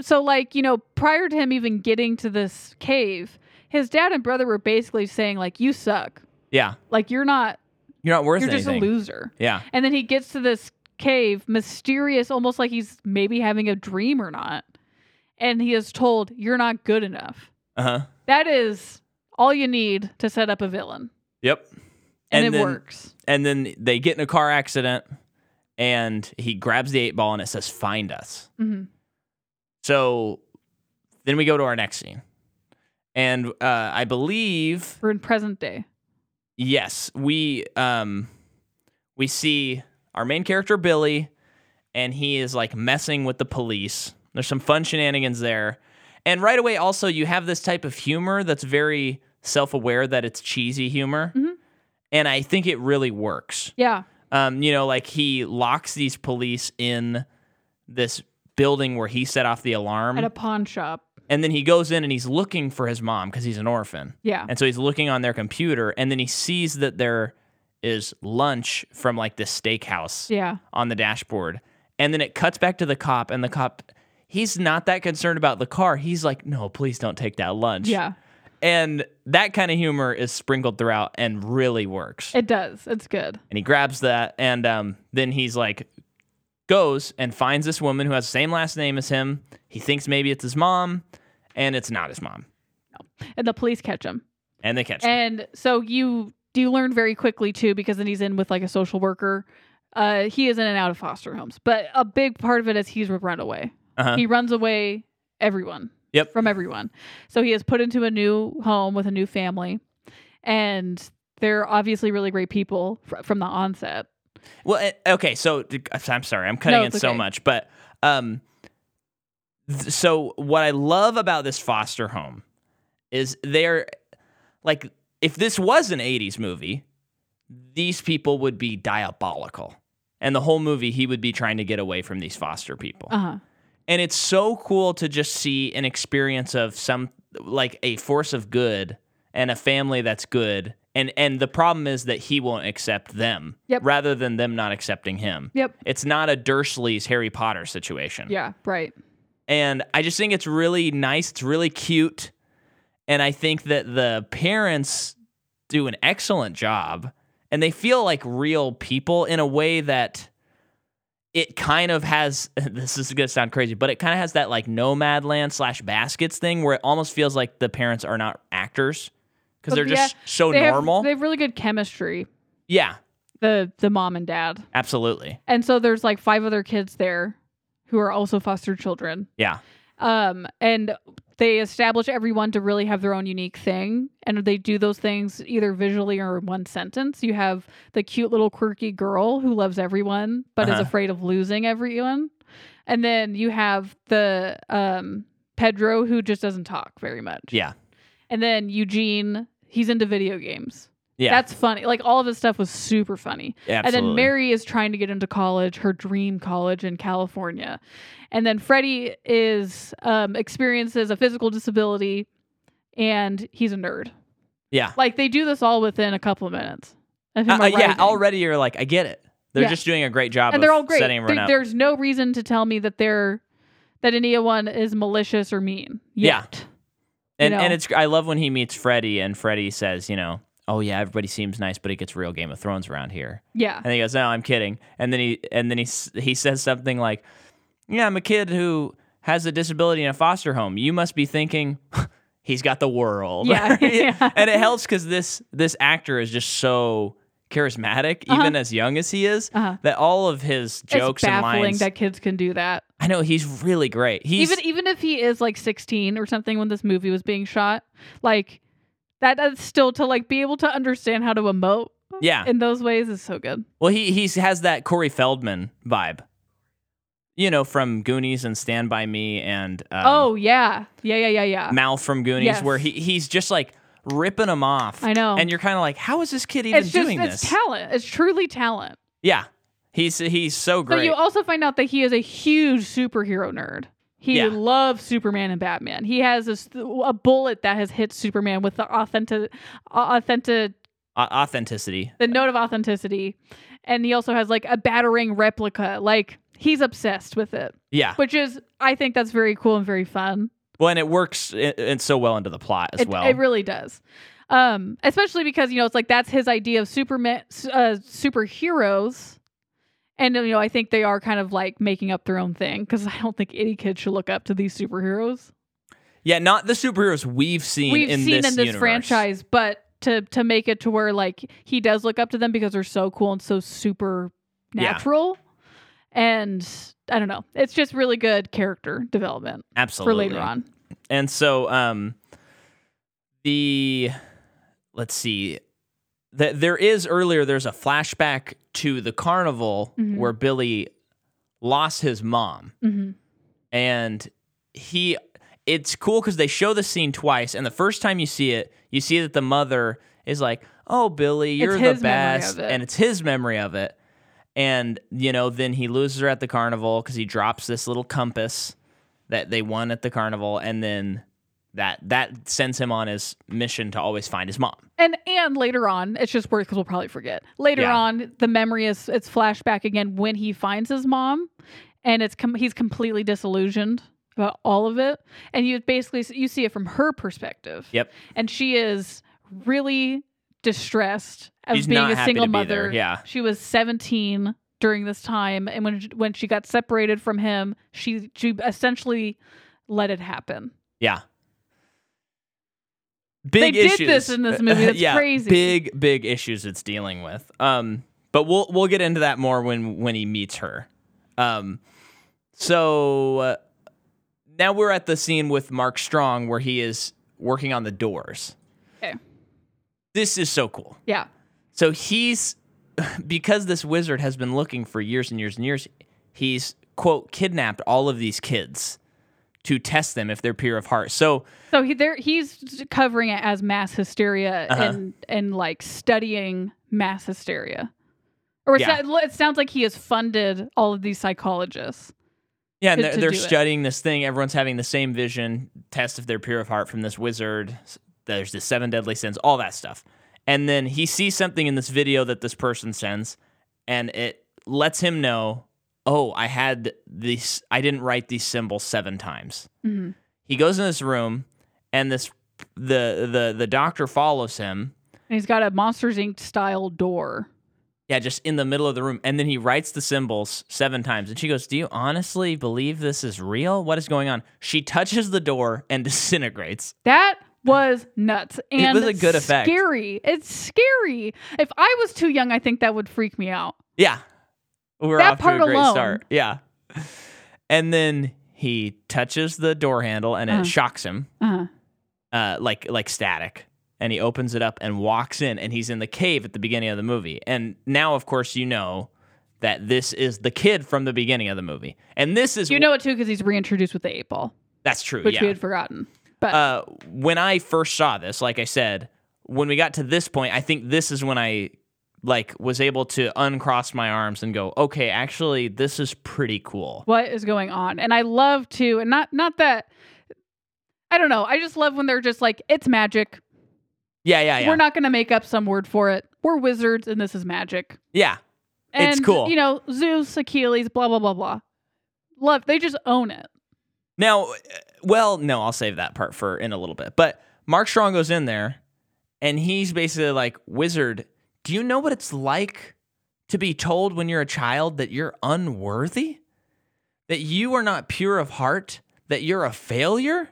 S2: So like, you know, prior to him even getting to this cave, his dad and brother were basically saying like you suck.
S1: Yeah,
S2: Like you're not
S1: you're not worth
S2: you're just
S1: anything.
S2: a loser.
S1: yeah,
S2: And then he gets to this cave, mysterious, almost like he's maybe having a dream or not. And he is told you're not good enough.
S1: uh huh.
S2: That is all you need to set up a villain.
S1: Yep.
S2: And, it
S1: then,
S2: works.
S1: And then they get in a car accident, and he grabs the eight ball, and it says, "Find us."
S2: hmm
S1: So then we go to our next scene. And uh, I believe,
S2: We're in present day.
S1: yes, we um, we see our main character Billy, and he is like messing with the police. There's some fun shenanigans there, and right away, also you have this type of humor that's very self-aware that it's cheesy humor,
S2: Mhm.
S1: and I think it really works
S2: Yeah.
S1: um, you know, like he locks these police in this building where he set off the alarm,
S2: At a pawn shop.
S1: and then he goes in and he's looking for his mom because he's an orphan,
S2: Yeah.
S1: and so he's looking on their computer, and then he sees that there is lunch from like this steakhouse
S2: Yeah.
S1: on the dashboard, and then it cuts back to the cop, and the cop. He's not that concerned about the car. He's like, no, please don't take that lunch.
S2: Yeah.
S1: And that kind of humor is sprinkled throughout and really works.
S2: It does. It's good.
S1: and he grabs that and um, then he's like goes and finds this woman who has the same last name as him he thinks maybe it's his mom and it's not his mom
S2: And the police catch him.
S1: and they catch him
S2: And so you do learn very quickly too, because then he's in with like a social worker. Uh, he is in and out of foster homes, but a big part of it is he's run away.
S1: Uh-huh.
S2: He runs away everyone.
S1: Yep.
S2: From everyone. So he is put into a new home with a new family, and they're obviously really great people fr- from the onset.
S1: well eh, okay so i'm sorry i'm cutting
S2: No,
S1: in
S2: it's
S1: so
S2: okay.
S1: much but um th- so what i love about this foster home is they're like if this was an 80s movie these people would be diabolical and the whole movie he would be trying to get away from these foster people
S2: Uh huh.
S1: and it's so cool to just see an experience of some like a force of good and a family that's good and and the problem is that he won't accept them
S2: Yep.
S1: rather than them not accepting him
S2: Yep.
S1: it's not a dursley's harry potter situation
S2: Yeah. Right.
S1: and i just think it's really nice it's really cute and i think that the parents do an excellent job and they feel like real people in a way that it kind of has this is going to sound crazy but it kind of has that like nomad land slash baskets thing where it almost feels like the parents are not actors because
S2: But
S1: they're just so
S2: they have-
S1: Oh, normal
S2: they have really good chemistry.
S1: yeah
S2: The the mom and dad.
S1: absolutely
S2: And so there's like five other kids there who are also foster children.
S1: yeah
S2: Um, and they establish everyone to really have their own unique thing. And they do those things either visually or in one sentence. You have the cute little quirky girl who loves everyone but
S1: Uh-huh.
S2: is afraid of losing everyone. And then you have the um, Pedro who just doesn't talk very much.
S1: yeah
S2: And then Eugene, he's into video games.
S1: yeah
S2: That's funny. Like all of his stuff was super funny.
S1: absolutely.
S2: And then Mary is trying to get into college, her dream college in California. And then Freddie is um, experiences a physical disability and he's a nerd.
S1: yeah
S2: Like they do this all within a couple of minutes. of him
S1: Uh, uh, yeah
S2: arriving.
S1: already you're like i get it they're
S2: Yeah.
S1: just doing a great job
S2: And
S1: of
S2: they're all great.
S1: setting everyone
S2: There-
S1: up
S2: there's no reason to tell me that they're that any one is malicious or mean.
S1: Yeah.
S2: Yet. you
S1: And
S2: know?
S1: and it's I love when he meets Freddy and Freddy says, you know, oh yeah, everybody seems nice, but it gets real Game of Thrones around here.
S2: Yeah.
S1: And he goes, no, I'm kidding. And then he and then he s- he says something like, yeah, I'm a kid who has a disability in a foster home. You must be thinking. He's got the world,
S2: Yeah, yeah.
S1: and it helps because this this actor is just so charismatic, even as young as he is,
S2: Uh-huh.
S1: that all of his jokes
S2: it's
S1: and
S2: baffling
S1: lines.
S2: that kids can do that.
S1: I know he's really great. He's
S2: even even if he is like 16 or something when this movie was being shot like that is still to like be able to understand how to emote
S1: yeah,
S2: in those ways is so good
S1: Well, he he has that Corey Feldman vibe, you know, from Goonies and Stand by Me and um,
S2: oh yeah yeah yeah yeah yeah
S1: Mal from Goonies,
S2: Yes.
S1: where he he's just like ripping them off.
S2: I know.
S1: and you're kind of like, how is this kid even
S2: it's just
S1: doing
S2: it's
S1: this?
S2: talent it's truly talent
S1: yeah, he's he's so great.
S2: but you also find out that he is a huge superhero nerd he
S1: Yeah.
S2: loves Superman and Batman. He has this, a bullet that has hit Superman with the authentic, authentic
S1: Au- authenticity.
S2: the note of authenticity, and he also has like a battering replica. Like he's obsessed with it.
S1: Yeah.
S2: which is I think that's very cool and very fun.
S1: Well, and it works i- and so well into the plot as
S2: It,
S1: well.
S2: it really does, um, especially because you know it's like that's his idea of Superman uh, superheroes, and you know I think they are kind of like making up their own thing because I don't think any kid should look up to these superheroes
S1: yeah, not the superheroes we've seen
S2: we've
S1: in
S2: seen
S1: this
S2: in this
S1: universe.
S2: franchise, but to to make it to where like he does look up to them because they're so cool and so super
S1: Yeah.
S2: natural. And I don't know. It's just really good character development
S1: Absolutely.
S2: for later on.
S1: And so um the let's see that there is earlier there's a flashback to the carnival
S2: Mhm.
S1: where Billy lost his mom
S2: hmm
S1: and he it's cool cuz they show the scene twice and the first time you see it you see that the mother is like, "Oh Billy, you're the
S2: his memory of
S1: best."
S2: it.
S1: And it's his memory of it. And you know, then he loses her at the carnival cuz he drops this little compass that they won at the carnival and then that that sends him on his mission to always find his mom.
S2: And and later on, it's just worth because we'll probably forget. Later
S1: Yeah.
S2: on, the memory is it's flashback again when he finds his mom, and it's com- he's completely disillusioned about all of it, and you basically you see it from her perspective.
S1: Yep.
S2: And she is really distressed as
S1: She's
S2: being
S1: not
S2: a
S1: happy
S2: single
S1: to be
S2: mother.
S1: there, yeah.
S2: She was 17 during this time, and when when she got separated from him, she she essentially let it happen.
S1: Yeah. Big
S2: did
S1: issues.
S2: this in this movie. That's
S1: yeah,
S2: crazy.
S1: Big, big issues it's dealing with. Um, but we'll we'll get into that more when when he meets her. Um, so uh, now we're at the scene with Mark Strong where he is working on the doors.
S2: Okay.
S1: This is so cool.
S2: Yeah.
S1: So he's because this wizard has been looking for years and years and years, he's quote kidnapped all of these kids to test them if they're pure of heart. So
S2: So he there he's covering it as mass hysteria
S1: Uh-huh.
S2: and and like studying mass hysteria. Or it
S1: Yeah.
S2: sou- it sounds like he has funded all of these psychologists.
S1: yeah, and
S2: to-
S1: they're,
S2: to
S1: they're
S2: do it.
S1: studying this thing. Everyone's having the same vision. Test if they're pure of heart from this wizard. There's the seven deadly sins, all that stuff. And then he sees something in this video that this person sends, and it lets him know, oh, I had these, I didn't write these symbols seven times.
S2: hmm
S1: he goes in this room and this the the the doctor follows him
S2: And he's got a Monsters Inc. style door.
S1: yeah just in the middle of the room and then he writes the symbols seven times and she goes do you honestly believe this is real what is going on she touches the door and disintegrates
S2: That was nuts. And
S1: was a good effect.
S2: Scary. It's scary. If I was too young, I think that would freak me out.
S1: yeah we're
S2: That
S1: off
S2: part
S1: to a great
S2: alone.
S1: start yeah and then he touches the door handle and it
S2: Uh-huh.
S1: shocks him
S2: Uh-huh.
S1: uh, like like static and he opens it up and walks in and he's in the cave at the beginning of the movie and now of course you know that this is the kid from the beginning of the movie and this is
S2: You know it too because he's reintroduced with the eight ball,
S1: that's true
S2: which we
S1: yeah
S2: had forgotten. But
S1: uh, when i first saw this like i said when we got to this point i think this is when i like was able to uncross my arms and go okay actually this is pretty cool
S2: what is going on and i love to and not not that i don't know i just love when they're just like it's magic
S1: yeah yeah yeah
S2: we're not gonna make up some word for it we're wizards and this is magic
S1: yeah
S2: and
S1: It's cool.
S2: you know zeus achilles blah blah blah blah love they just own it
S1: Now, uh, well, no, I'll save that part for in a little bit. But Mark Strong goes in there and he's basically like, Wizard, do you know what it's like to be told when you're a child that you're unworthy? That you are not pure of heart? That you're a failure?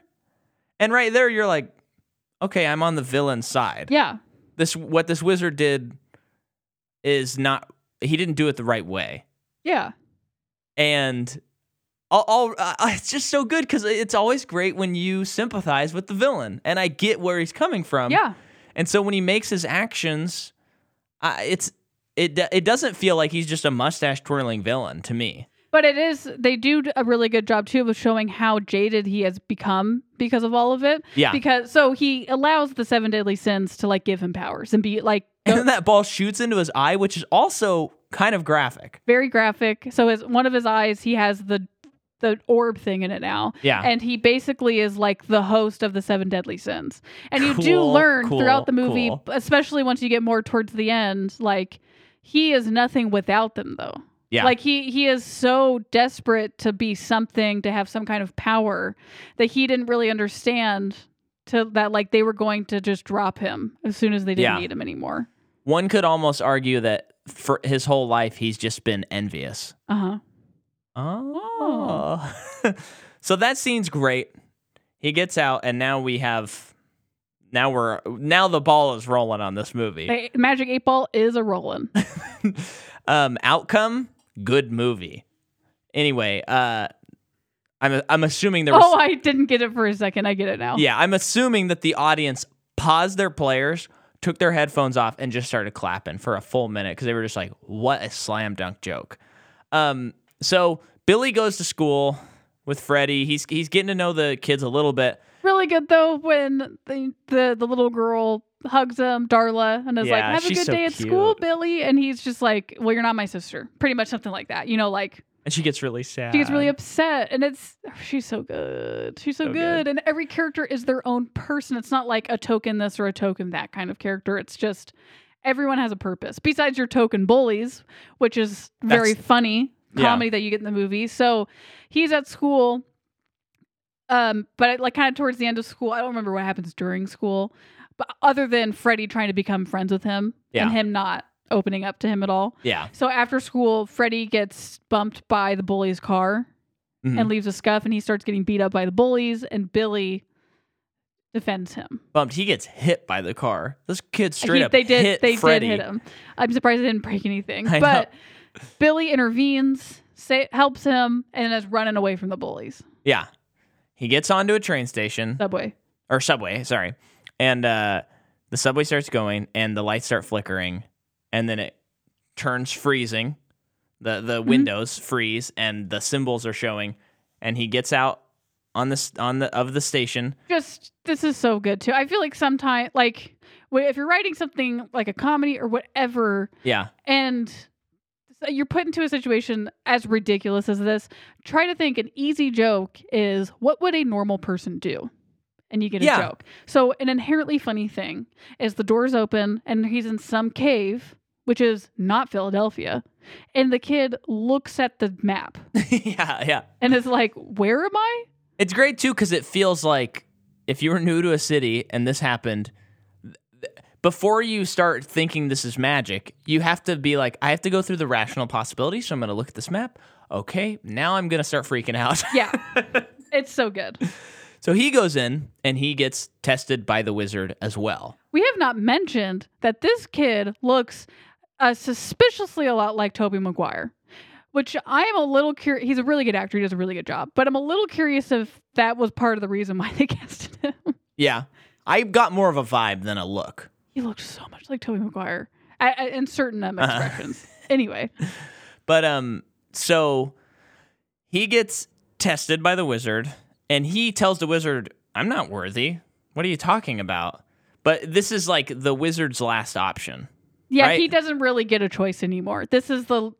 S1: And right there, you're like, okay, I'm on the villain side.
S2: yeah
S1: This what this wizard did is not he didn't do it the right way
S2: yeah
S1: and I'll, I'll, uh, it's just so good because it's always great when you sympathize with the villain, and I get where he's coming from.
S2: yeah
S1: And so when he makes his actions, uh, it's it do- it doesn't feel like he's just a mustache twirling villain to me.
S2: but it is they do a really good job too of showing how jaded he has become because of all of it
S1: Yeah.
S2: because so he allows the seven deadly sins to like give him powers and be like
S1: And then that ball shoots into his eye, which is also kind of graphic.
S2: very graphic. So his one of his eyes, he has the the orb thing in it now.
S1: Yeah.
S2: And he basically is like the host of the seven deadly sins. And you do
S1: Cool,
S2: learn
S1: cool,
S2: throughout the movie,
S1: cool.
S2: especially once you get more towards the end, like he is nothing without them though.
S1: Yeah.
S2: Like he he is so desperate to be something, to have some kind of power that he didn't really understand to that like they were going to just drop him as soon as they didn't
S1: Yeah.
S2: need him anymore.
S1: One could almost argue that for his whole life he's just been envious.
S2: Uh-huh.
S1: Oh. so that scene's great. He gets out, and now we have. Now we're now the ball is rolling on this movie.
S2: The Magic Eight Ball is a rolling.
S1: Um, outcome good movie. Anyway, uh, I'm I'm assuming there was
S2: Oh, I didn't get it for a second. I get it now.
S1: yeah I'm assuming that the audience paused their players, took their headphones off, and just started clapping for a full minute because they were just like, "What a slam dunk joke." Um, so Billy goes to school with Freddie. He's he's getting to know the kids a little bit.
S2: Really good though when the the, the little girl hugs him, Darla, and is like,
S1: Yeah,
S2: "Have a
S1: she's
S2: good
S1: so
S2: day at
S1: cute.
S2: school, Billy." And he's just like, "Well, you're not my sister." Pretty much something like that. You know, like
S1: And she gets really sad.
S2: she gets really upset, and it's she's so good. She's so,
S1: So
S2: good.
S1: good.
S2: and every character is their own person. It's not like a token this or a token that kind of character. It's just everyone has a purpose. Besides your token bullies, which is very
S1: That's-
S2: funny
S1: Yeah.
S2: comedy that you get in the movie. So he's at school Um, but it, like kind of towards the end of school, I don't remember what happens during school, but other than Freddie trying to become friends with him
S1: Yeah.
S2: and him not opening up to him at all.
S1: Yeah.
S2: So after school, Freddie gets bumped by the bully's car
S1: Mhm.
S2: and leaves a scuff, and he starts getting beat up by the bullies, and Billy defends him.
S1: Bumped. He gets hit by the car. This kid straight
S2: He-
S1: up
S2: they did
S1: hit
S2: they
S1: Freddy.
S2: did hit him. I'm surprised it didn't break anything.
S1: I know.
S2: but Billy intervenes, say, helps him, and is running away from the bullies.
S1: Yeah. He gets onto a train station
S2: Subway.
S1: or subway, sorry. And uh, the subway starts going and the lights start flickering and then it turns freezing. The the windows freeze and the symbols are showing and he gets out on this on the of the station.
S2: Just this is so good too. I feel like sometimes like wh- if you're writing something like a comedy or whatever,
S1: Yeah.
S2: and so you're put into a situation as ridiculous as this, try to think an easy joke is what would a normal person do? And you get a
S1: Yeah.
S2: joke. So, an inherently funny thing is the doors open and he's in some cave, which is not Philadelphia. And the kid looks at the map
S1: yeah, yeah.
S2: and is like, Where am I?
S1: It's great too because it feels like if you were new to a city and this happened, th- before you start thinking this is magic, you have to be like, I have to go through the rational possibilities. So I'm going to look at this map. Okay, now I'm going to start freaking out.
S2: Yeah. it's so good.
S1: so he goes in and he gets tested by the wizard as well.
S2: We have not mentioned that this kid looks uh, suspiciously a lot like Toby Maguire, which I am a little curious. He's a really good actor. He does a really good job. But I'm a little curious if that was part of the reason why they casted him.
S1: Yeah, I got more of a vibe than a look.
S2: He looks so much like Toby Maguire I, I, in certain um,
S1: Uh-huh.
S2: expressions. anyway,
S1: But um, so he gets tested by the wizard, and he tells the wizard, "I'm not worthy. What are you talking about?" But this is like the wizard's last option.
S2: yeah,
S1: Right.
S2: he doesn't really get a choice anymore. This is the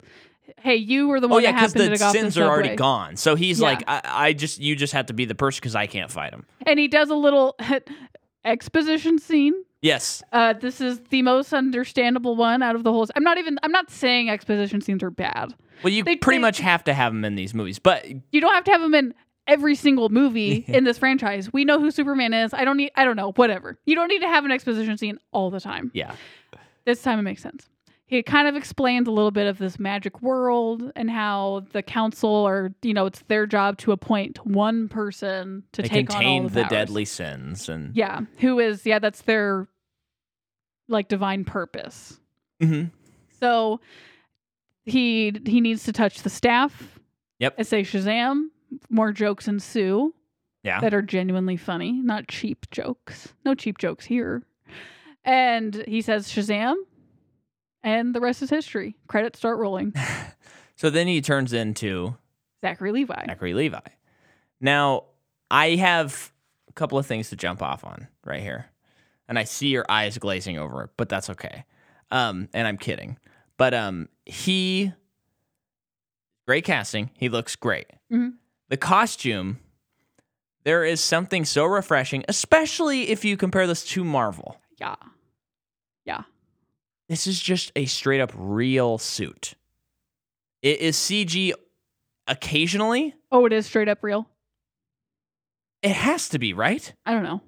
S2: hey, you were the
S1: Oh
S2: one
S1: yeah, because
S2: that happened
S1: the
S2: to go off
S1: sins
S2: the
S1: are already
S2: subway.
S1: gone. So he's
S2: Yeah.
S1: like, I, "I just, you just have to be the person because I can't fight him."
S2: And he does a little exposition scene
S1: Yes,
S2: Uh, this is the most understandable one out of the whole. I'm not even. I'm not saying exposition scenes are bad.
S1: well, you
S2: They-
S1: pretty
S2: they-
S1: much have to have him in these movies, but
S2: You don't have to have them in every single movie in this franchise. We know who Superman is. I don't need. I don't know. Whatever. You don't need to have an exposition scene all the time.
S1: yeah,
S2: This time it makes sense. He kind of explains a little bit of this magic world and how the council, or you know, it's their job to appoint one person to
S1: they
S2: take on all
S1: contained
S2: of
S1: the
S2: powers.
S1: deadly sins, and
S2: Yeah, who is? Yeah, that's their like divine purpose.
S1: Mhm.
S2: So he he needs to touch the staff.
S1: Yep.
S2: And say Shazam. More jokes ensue
S1: yeah,
S2: that are genuinely funny, not cheap jokes. No cheap jokes here. And he says Shazam, and the rest is history. Credits start rolling.
S1: so then he turns into
S2: Zachary Levi.
S1: Zachary Levi. Now, I have a couple of things to jump off on right here. And I see your eyes glazing over, but that's okay. Um, and I'm kidding. But um, he, great casting. He looks great.
S2: Mhm.
S1: The costume, there is something so refreshing, especially if you compare this to Marvel.
S2: Yeah.
S1: This is just a straight up real suit. It is CG occasionally.
S2: Oh, it is straight up real.
S1: It has to be, right?
S2: I don't know.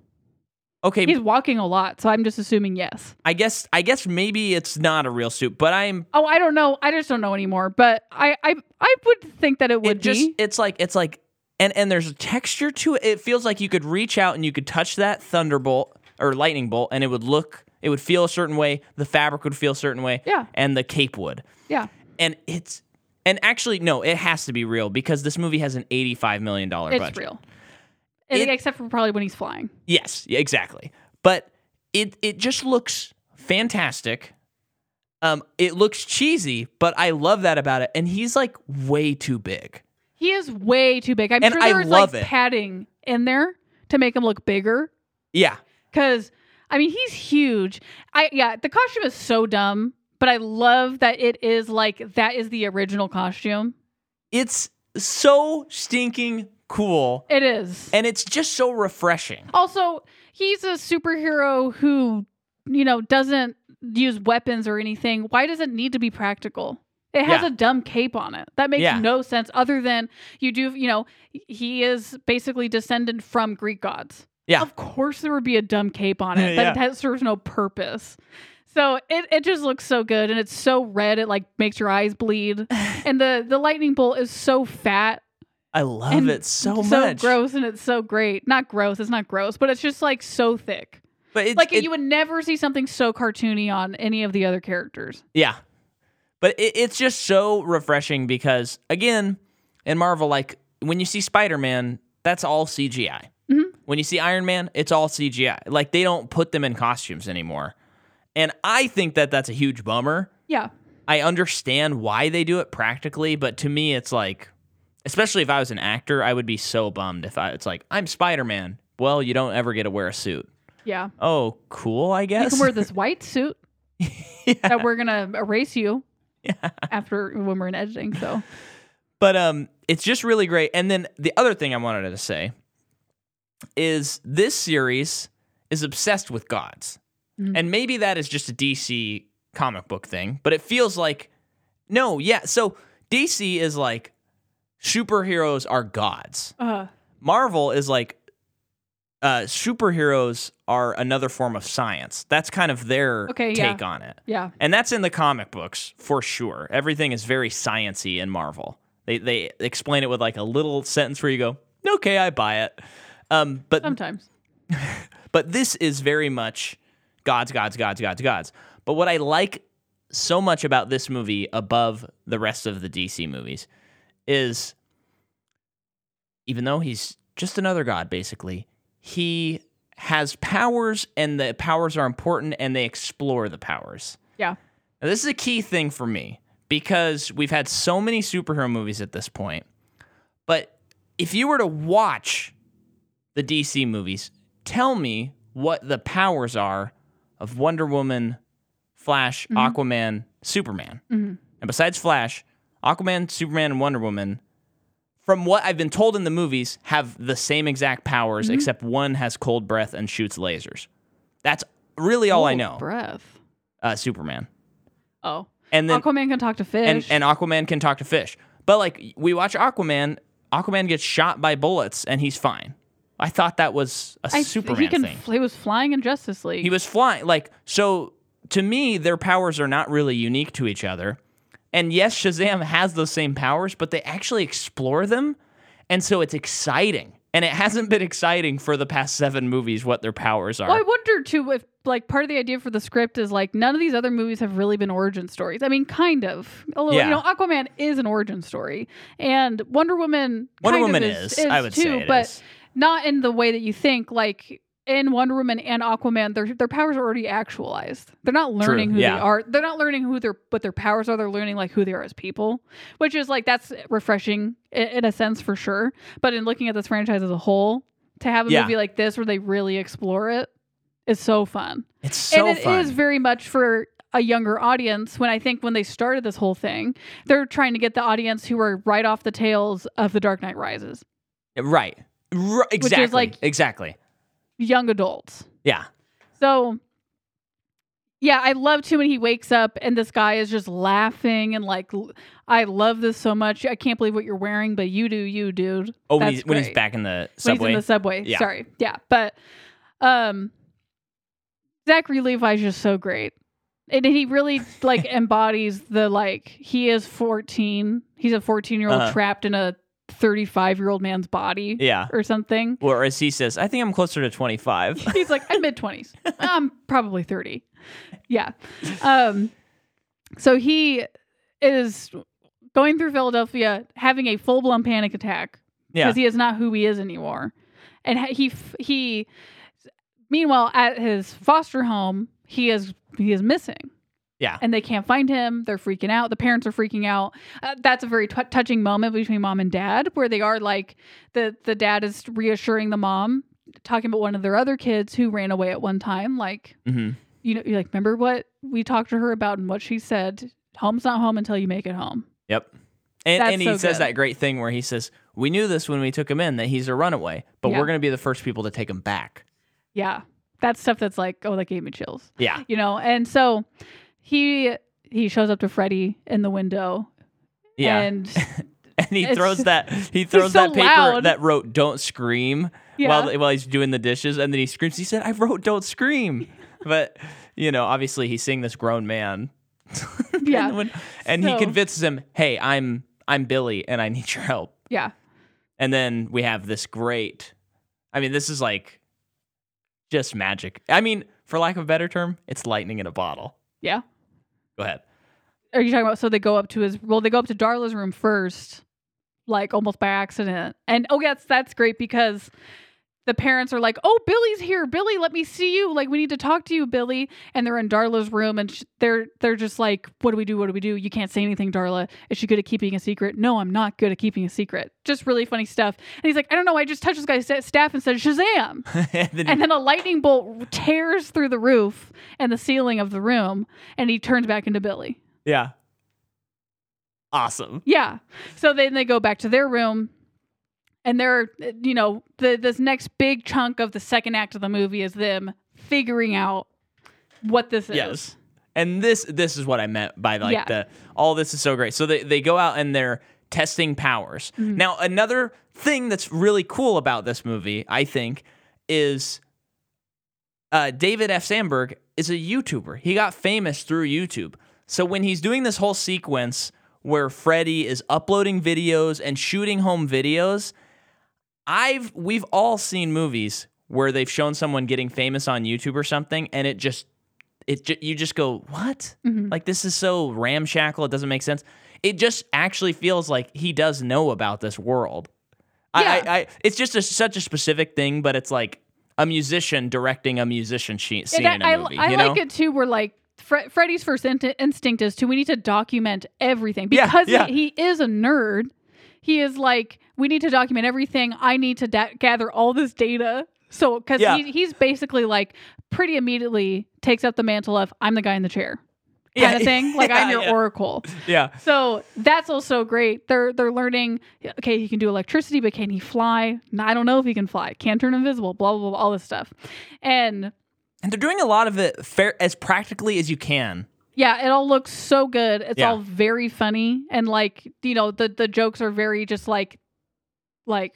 S1: Okay,
S2: He's walking a lot, so I'm just assuming yes.
S1: I guess I guess maybe it's not a real suit, but I'm
S2: Oh, I don't know. I just don't know anymore. But I, I, I would think that it would
S1: it just
S2: be.
S1: it's like it's like and and there's a texture to it. It feels like you could reach out and you could touch that thunderbolt or lightning bolt and it would look it would feel a certain way, the fabric would feel a certain way,
S2: Yeah.
S1: and the cape would.
S2: Yeah,
S1: And it's and actually no, it has to be real because this movie has an 85 million dollar
S2: it's
S1: budget.
S2: real. And
S1: It-
S2: Except for probably when he's flying.
S1: Yes, yeah, exactly. But it it just looks fantastic. Um, it looks cheesy, but I love that about it. And he's like way too big.
S2: He is way too big. I'm
S1: And
S2: sure
S1: I
S2: there was
S1: love
S2: like
S1: it.
S2: padding in there to make him look bigger.
S1: Yeah,
S2: Because I mean, he's huge. I yeah, the costume is so dumb, but I love that it is like that is the original costume.
S1: it's so stinking cool,
S2: It is.
S1: and it's just so refreshing.
S2: Also, he's a superhero who, you know, doesn't use weapons or anything. Why does it need to be practical? It has
S1: Yeah.
S2: a dumb cape on it. That makes
S1: Yeah.
S2: no sense other than you do, you know, he is basically descended from Greek gods.
S1: Yeah.
S2: Of course there would be a dumb cape on it.
S1: Yeah.
S2: That that serves no purpose. So it, it just looks so good and it's so red it like makes your eyes bleed. and the the lightning bolt is so fat
S1: I love
S2: And
S1: it so,
S2: so
S1: much.
S2: gross and it's so great. Not gross, it's not gross, but it's just like so thick.
S1: But it's,
S2: like
S1: it-
S2: you would never see something so cartoony on any of the other characters.
S1: Yeah. But it, it's just so refreshing because, again, in Marvel, like when you see Spider Man, that's all CGI.
S2: Mhm.
S1: When you see Iron Man, it's all CGI. Like they don't put them in costumes anymore. And I think that that's a huge bummer.
S2: Yeah.
S1: I understand why they do it practically, but to me, it's like, especially if I was an actor, I would be so bummed if I, it's like, I'm Spider Man. Well, you don't ever get to wear a suit.
S2: Yeah.
S1: Oh, cool, I
S2: You
S1: guess.
S2: can wear this white suit
S1: Yeah.
S2: that we're gonna erase you after when we're in editing. So
S1: But um, it's just really great. And then the other thing I wanted to say is this series is obsessed with gods,
S2: Mhm.
S1: and maybe that is just a DC comic book thing, but it feels like no, yeah. So DC is like superheroes are gods.
S2: uh,
S1: Marvel is like uh, superheroes are another form of science. That's kind of their
S2: Okay, yeah.
S1: take on it.
S2: yeah,
S1: And that's in the comic books for sure. Everything is very sciency in Marvel. They they explain it with like a little sentence where you go, "Okay, I buy it." Um, but
S2: sometimes.
S1: but this is very much gods, gods, gods, gods, gods. But what I like so much about this movie above the rest of the DC movies is even though he's just another god, basically, he has powers and the powers are important and they explore the powers.
S2: Yeah.
S1: Now, this is a key thing for me because we've had so many superhero movies at this point. But if you were to watch the DC movies, tell me what the powers are of Wonder Woman, Flash,
S2: Mm-hmm.
S1: Aquaman, Superman.
S2: Mhm.
S1: And besides Flash, Aquaman, Superman, and Wonder Woman, from what I've been told in the movies, have the same exact powers,
S2: Mm-hmm.
S1: except one has cold breath and shoots lasers. That's really all I
S2: Cold
S1: know.
S2: Breath.
S1: Uh, Superman.
S2: Oh,
S1: And then
S2: Aquaman can talk to fish.
S1: and, and Aquaman can talk to fish. But like we watch Aquaman, Aquaman gets shot by bullets and he's fine. I thought that was a
S2: I-
S1: Superman
S2: he can,
S1: thing.
S2: He was flying in Justice League.
S1: He was flying like so to me their powers are not really unique to each other. And yes, Shazam has those same powers, but they actually explore them. And so it's exciting. And it hasn't been exciting for the past 7 movies what their powers are.
S2: Well, I wonder too if like part of the idea for the script is like none of these other movies have really been origin stories. I mean, kind of a little.
S1: Yeah.
S2: You know, Aquaman is an origin story, and Wonder Woman.
S1: Wonder
S2: kind
S1: Woman
S2: of is,
S1: is, I would
S2: too,
S1: say it
S2: but
S1: is.
S2: not in the way that you think. Like in Wonder Woman and Aquaman, their their powers are already actualized. They're not learning who
S1: yeah.
S2: they are. They're not learning who their what their powers are. They're learning like who they are as people, which is like that's refreshing in, in a sense for sure. But in looking at this franchise as a whole, to have a
S1: Yeah.
S2: movie like this where they really explore it is so fun.
S1: It's so
S2: and it is
S1: fun.
S2: very much for a younger audience when I think when they started this whole thing, they're trying to get the audience who are right off the tails of The Dark Knight Rises.
S1: right. R- exactly.
S2: like-
S1: exactly.
S2: Young adults.
S1: Yeah.
S2: So yeah, I love too when he wakes up and this guy is just laughing and like l- I love this so much. I can't believe what you're wearing, but you do, you dude.
S1: Oh, when
S2: That's
S1: he's, when he's
S2: great.
S1: back in the
S2: When
S1: subway.
S2: he's in the subway.
S1: Yeah.
S2: Sorry. Yeah. But um Zachary Levi's just so great. And he really like embodies the like he is 14. He's a 14 year old
S1: Uh-huh.
S2: trapped in a 35 year old man's body
S1: yeah.
S2: or something.
S1: Or as he says, I think I'm closer to 25.
S2: He's like, I'm mid twenties. I'm probably thirty. Yeah. Um. So he is going through Philadelphia, having a full blown panic attack
S1: yeah.
S2: because he is not who he is anymore, and ha- he f- he. Meanwhile, at his foster home, he is he is missing.
S1: Yeah.
S2: and they can't find him. They're freaking out. The parents are freaking out. Uh, that's a very t- touching moment between mom and dad, where they are like the the dad is reassuring the mom, talking about one of their other kids who ran away at one time. Like
S1: hmm
S2: you know, you're like remember what we talked to her about and what she said. Home's not home until you make it home.
S1: Yep. And,
S2: That's
S1: and he
S2: so
S1: says
S2: good.
S1: that great thing where he says, We knew this when we took him in that he's a runaway, but
S2: Yeah.
S1: we're going to be the first people to take him back.
S2: Yeah, that's stuff that's like oh that gave me chills.
S1: Yeah.
S2: you know and so he he shows up to Freddy in the window.
S1: Yeah. And,
S2: And
S1: he
S2: it's-
S1: throws that he throws
S2: so
S1: that paper
S2: loud.
S1: that wrote "Don't scream"
S2: yeah.
S1: while while he's doing the dishes, and then he screams. He said, "I wrote Don't Scream," but you know, obviously he's seeing this grown man. in the
S2: Yeah.
S1: window, and
S2: So-
S1: he convinces him, "Hey, I'm I'm Billy, and I need your help."
S2: yeah.
S1: And then we have this great. I mean, this is like just magic. I mean, for lack of a better term, it's lightning in a bottle.
S2: Yeah.
S1: Go ahead.
S2: Are you talking about so they go up to his well, they go up to Darla's room first, like almost by accident. And oh yes, that's great because the parents are like, "Oh, Billy's here. Billy, let me see you. Like we need to talk to you, Billy." And they're in Darla's room and sh- they're they're just like, "What do we do? What do we do? You can't say anything, Darla. Is she good at keeping a secret?" "No, I'm not good at keeping a secret." Just really funny stuff. And he's like, "I don't know. I just touched this guy's sta- staff and said, "Shazam."
S1: and then
S2: And then a lightning bolt tears through the roof and the ceiling of the room, and he turns back into Billy.
S1: yeah, awesome.
S2: Yeah. So then they go back to their room, and they're, uh, you know, the, this next big chunk of the second act of the movie is them figuring out what this is.
S1: Yes. And this this is what I meant by like
S2: Yeah.
S1: the all this is so great. So they, they go out and they're testing powers. Now another thing that's really cool about this movie, I think, is uh, David F. Sandberg is a YouTuber. He got famous through YouTube. So when he's doing this whole sequence where Freddy is uploading videos and shooting home videos, I've we've all seen movies where they've shown someone getting famous on YouTube or something, and it just it ju- you just go what
S2: Mm-hmm.
S1: like this is so ramshackle it doesn't make sense. It just actually feels like he does know about this world. I,
S2: Yeah.
S1: I, I it's just a, such a specific thing, but it's like a musician directing a musician she- scene
S2: And
S1: in
S2: I,
S1: a
S2: I-
S1: movie.
S2: I
S1: you know?
S2: like it too. We're like, Fre- Freddy's first in- instinct is to we need to document everything
S1: Yeah,
S2: because
S1: yeah.
S2: He, he is a nerd. He is like, we need to document everything. I need to da- gather all this data. So, because
S1: Yeah.
S2: he, he's basically like, pretty immediately takes up the mantle of I'm the guy in the chair
S1: Yeah,
S2: kind of thing. Like I'm
S1: yeah,
S2: your
S1: yeah.
S2: oracle.
S1: Yeah,
S2: So that's also great. They're they're learning. Okay, he can do electricity, but can he fly? No, I don't know if he can fly. Can't turn invisible. Blah blah blah. blah, All this stuff, and
S1: and they're doing a lot of it fair as practically as you can.
S2: Yeah, it all looks so good. It's
S1: Yeah.
S2: all very funny and like, you know, the the jokes are very just like like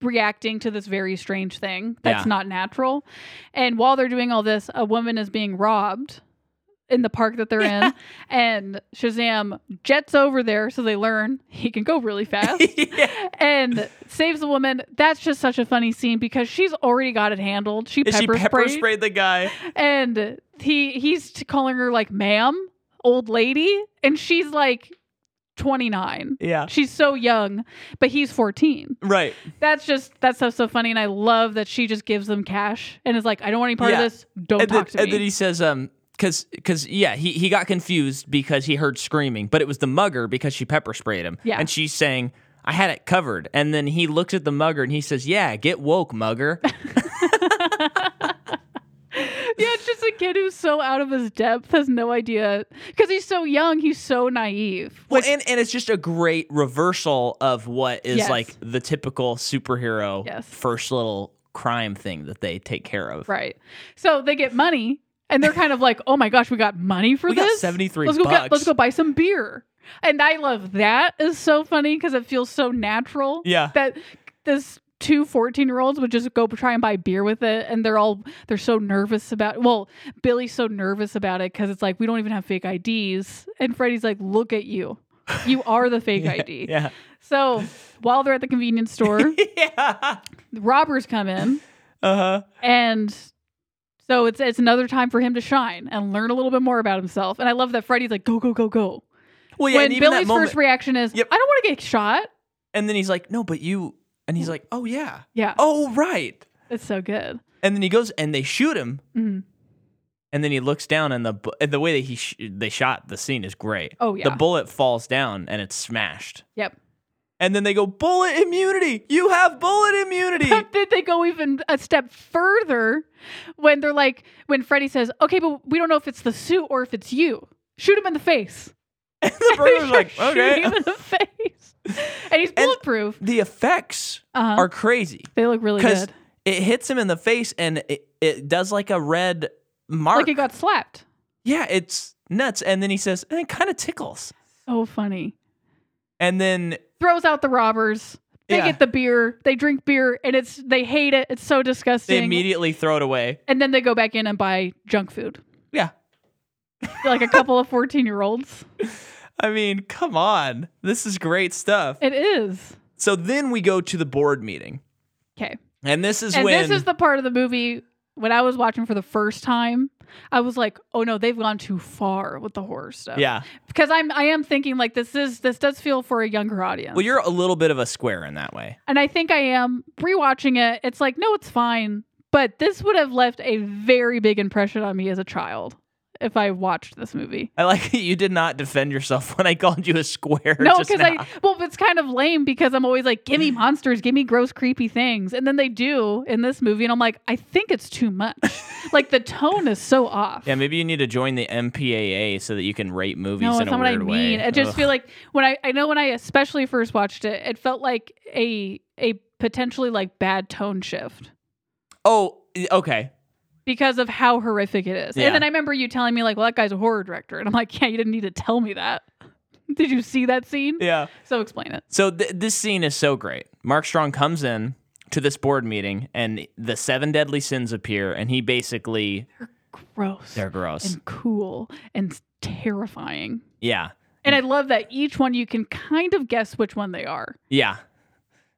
S2: reacting to this very strange thing that's
S1: Yeah.
S2: not natural. And while they're doing all this, a woman is being robbed in the park that they're in and Shazam jets over there so they learn he can go really fast
S1: yeah.
S2: and saves the woman. That's just such a funny scene because she's already got it handled. She
S1: Is she
S2: pepper,
S1: pepper
S2: sprayed
S1: sprayed the guy?
S2: and he he's t- calling her like ma'am old lady and she's like 29
S1: Yeah.
S2: she's so young but he's 14
S1: Right.
S2: that's just that's so so funny and i love that she just gives them cash and is like i don't want any part
S1: Yeah.
S2: of this don't
S1: and
S2: talk
S1: then,
S2: to
S1: and
S2: me
S1: then he says, um, because, because, yeah, he, he got confused because he heard screaming, but it was the mugger because she pepper sprayed him.
S2: Yeah.
S1: And she's saying, I had it covered. And then he looks at the mugger and he says, Yeah, get woke, mugger.
S2: yeah it's just a kid who's so out of his depth has no idea because he's so young he's so naive
S1: well, and, and it's just a great reversal of what is
S2: Yes.
S1: like the typical superhero
S2: Yes.
S1: first little crime thing that they take care of.
S2: right so they get money and they're kind of like oh my gosh we got money for
S1: We
S2: this
S1: got 73
S2: let's go
S1: bucks.
S2: Get, let's go buy some beer. And I love that is so funny because it feels so natural.
S1: Yeah.
S2: That this two 14 year olds would just go try and buy beer with it and they're all they're so nervous about well billy's so nervous about it because it's like we don't even have fake ids and freddy's like look at you you are the fake id
S1: Yeah.
S2: so while they're at the convenience store
S1: yeah.
S2: the robbers come in
S1: Uh huh.
S2: and so it's it's another time for him to shine and learn a little bit more about himself and i love that freddy's like go go go go
S1: Well, yeah,
S2: when
S1: and even
S2: Billy's
S1: that moment.
S2: first reaction is,
S1: Yep.
S2: I don't want to get shot.
S1: and then he's like, No, but you. And he's like, Oh, yeah.
S2: Yeah,
S1: Oh, right.
S2: it's so good.
S1: And then he goes and they shoot him.
S2: Mhm.
S1: And then he looks down, and the bu- and the way that he sh- they shot the scene is great.
S2: Oh, yeah.
S1: the bullet falls down and it's smashed.
S2: Yep.
S1: And then they go bullet immunity. You have bullet immunity.
S2: But then they go even a step further when they're like, when Freddy says, "Okay, but we don't know if it's the suit or if it's you. Shoot him in the face."
S1: and the brother's like,
S2: Shoot
S1: okay.
S2: him in the face, and he's bulletproof.
S1: The effects
S2: Uh-huh.
S1: are crazy
S2: they look really
S1: because
S2: good.
S1: it hits him in the face and it, it does like a red mark.
S2: Like it got slapped.
S1: yeah, it's nuts. And then he says, and it kind of tickles.
S2: So funny.
S1: And then
S2: Throws out the robbers. They
S1: Yeah.
S2: get the beer. They drink beer, and it's they hate it. It's so
S1: they
S2: disgusting.
S1: immediately throw it away.
S2: and then they go back in and buy junk food.
S1: Yeah.
S2: like a couple of fourteen year olds.
S1: I mean, come on. This is great stuff.
S2: It is.
S1: So then we go to the board meeting.
S2: Okay.
S1: And this is
S2: and
S1: when
S2: this is the part of the movie when I was watching for the first time, I was like, "Oh no, they've gone too far with the horror stuff."
S1: Yeah.
S2: because I'm I am thinking like this is this does feel for a younger audience.
S1: Well, you're a little bit of a square in that way.
S2: and I think I am rewatching it. It's like no, it's fine, but this would have left a very big impression on me as a child if I watched this movie.
S1: I like that you did not defend yourself when I called you a square.
S2: No,
S1: just
S2: because
S1: now.
S2: I well, it's kind of lame because I'm always like, give me monsters, give me gross, creepy things, and then they do in this movie, and I'm like, I think it's too much. like the tone is so off.
S1: Yeah, maybe you need to join the MPAA so that you can rate movies
S2: No,
S1: in
S2: that's
S1: a
S2: not what I
S1: weird
S2: mean.
S1: way.
S2: I just
S1: Ugh.
S2: feel like when I I know when I especially first watched it, it felt like a a potentially like bad tone shift
S1: Oh, y- okay.
S2: because of how horrific it is.
S1: Yeah.
S2: And then I remember you telling me like, "Well, that guy's a horror director," and I'm like, "Yeah, you didn't need to tell me that." Did you see that scene?
S1: Yeah.
S2: So explain it.
S1: So th- this scene is so great. Mark Strong comes in to this board meeting, and the seven deadly sins appear, and he basically
S2: Gross
S1: they're gross.
S2: and cool and terrifying.
S1: Yeah,
S2: And I love that each one you can kind of guess which one they are.
S1: yeah.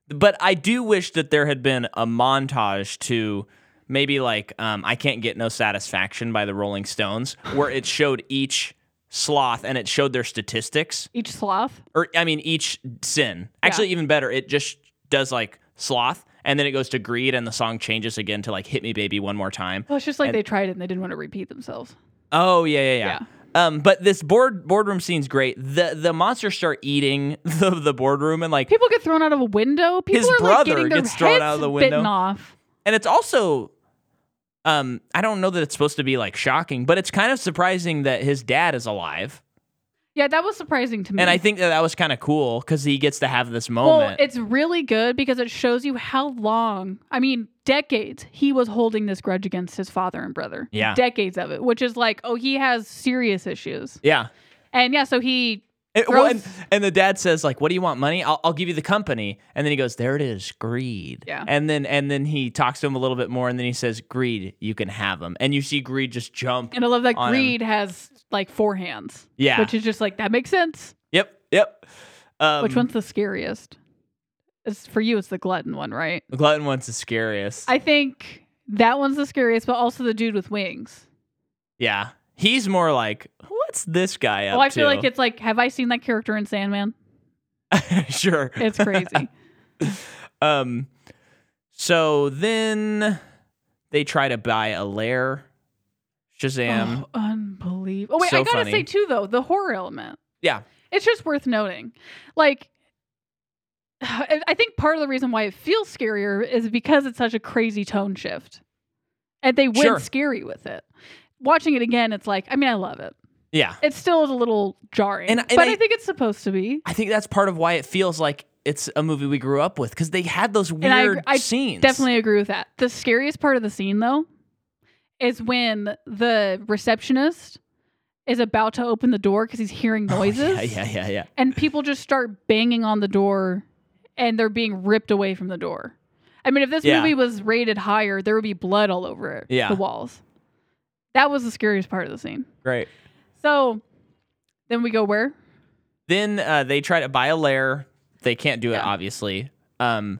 S1: But I do wish that there had been a montage to maybe like um, I can't get no satisfaction by the Rolling Stones, where it showed each sloth and it showed their statistics.
S2: Each sloth.
S1: or I mean each sin. Actually, even better, it just does like sloth, and then it goes to greed, and the song changes again to like "Hit Me, Baby, One More Time."
S2: Well, it's just like
S1: And-
S2: they tried it and they didn't want to repeat themselves.
S1: Oh yeah, yeah, yeah. Um, but this board boardroom scene's great. The the monsters start eating the, the boardroom, and like,
S2: People get thrown out of a window. People
S1: His
S2: are like
S1: brother
S2: getting their
S1: gets thrown
S2: heads
S1: out of the
S2: bitten
S1: window.
S2: off.
S1: and it's also, um, I don't know that it's supposed to be like shocking, but it's kind of surprising that his dad is alive,
S2: Yeah, that was surprising to me.
S1: and I think that that was kind of cool because he gets to have this
S2: well,
S1: moment.
S2: it's really good because it shows you how long, I mean, decades he was holding this grudge against his father and brother.
S1: Yeah.
S2: Decades of it, which is like, oh, he has serious issues.
S1: yeah.
S2: And yeah, so he
S1: It- well, and,
S2: Gross.
S1: and the dad says, like, what do you want? Money? I'll, I'll give you the company. And then he goes, there it is, greed.
S2: Yeah.
S1: And then and then he talks to him a little bit more, and then he says, greed, you can have them. And you see greed just jump.
S2: and I love that
S1: On him.
S2: Greed has like four hands.
S1: Yeah.
S2: Which is just like that makes sense.
S1: yep. Yep. Um,
S2: which one's the scariest? It's for you it's the glutton one, right?
S1: The glutton one's the scariest.
S2: I think that one's the scariest, but also the dude with wings.
S1: yeah. He's more like, what's this guy up
S2: well, Oh, I feel
S1: to?
S2: like it's like, have I seen that character in Sandman?
S1: it's sure.
S2: It's crazy.
S1: Um. So then they try to buy a lair. Shazam.
S2: Oh, unbelievable. Oh, wait,
S1: So
S2: I gotta
S1: funny.
S2: say too though, the horror element.
S1: Yeah.
S2: It's just worth noting. Like I I think part of the reason why it feels scarier is because it's such a crazy tone shift. And they went
S1: Sure.
S2: scary with it. Watching it again, it's like, I mean, I love it.
S1: Yeah.
S2: It still is a little jarring.
S1: And- and
S2: but I,
S1: I-
S2: think it's supposed to be.
S1: I think that's part of why it feels like it's a movie we grew up with because they had those weird
S2: I agree- I
S1: scenes.
S2: Definitely agree with that. The scariest part of the scene, though, is when the receptionist is about to open the door because he's hearing
S1: Oh,
S2: noises.
S1: yeah, yeah, yeah, yeah.
S2: and people just start banging on the door and they're being ripped away from the door. I mean, if this
S1: Yeah.
S2: movie was rated higher, there would be blood all over it,
S1: Yeah.
S2: the walls. That was the scariest part of the scene.
S1: Great.
S2: So then we go where?
S1: Then uh, they try to buy a lair. They can't do it,
S2: Yeah.
S1: obviously. Um,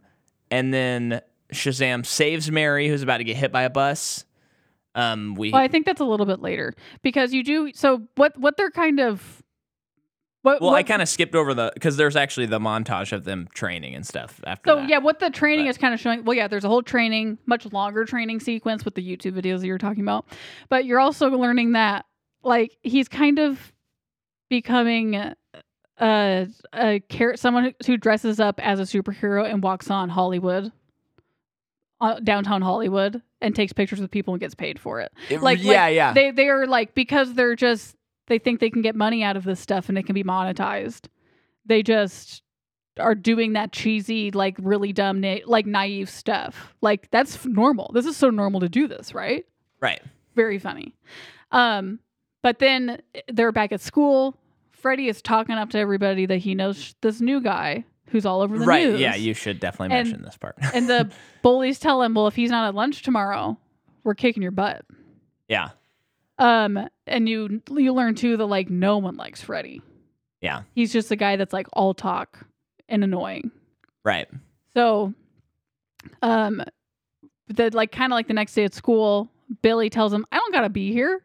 S1: and then Shazam saves Mary, who's about to get hit by a bus. Um, we
S2: Well, I think that's a little bit later because you do. So what? What they're kind of what?
S1: well,
S2: what,
S1: I kind of skipped over the because there's actually the montage of them training and stuff after.
S2: So
S1: that.
S2: yeah, what the training
S1: but-
S2: is kind of showing. Well, yeah, there's a whole training, much longer training sequence with the YouTube videos that you're talking about, but you're also learning that like he's kind of becoming a a char- someone who dresses up as a superhero and walks on Hollywood, uh, downtown Hollywood, and takes pictures with people and gets paid for it.
S1: It-
S2: like-
S1: yeah, yeah,
S2: They they are like because they're just they think they can get money out of this stuff and it can be monetized. They just are doing that cheesy, like really dumb, na- like naive stuff. Like that's f- normal. This is so normal to do this, right?
S1: right.
S2: Very funny. Um, But then they're back at school. Freddy is talking up to everybody that he knows this new guy who's all over the
S1: right.
S2: news.
S1: Yeah, you should definitely
S2: And-
S1: mention this part.
S2: and the bullies tell him, "Well, if he's not at lunch tomorrow, we're kicking your butt."
S1: yeah.
S2: Um, and you you learn too that like no one likes Freddy.
S1: Yeah.
S2: He's just a guy that's like all talk and annoying.
S1: Right.
S2: So, um, the like kind of like the next day at school, Billy tells him, "I don't gotta be here.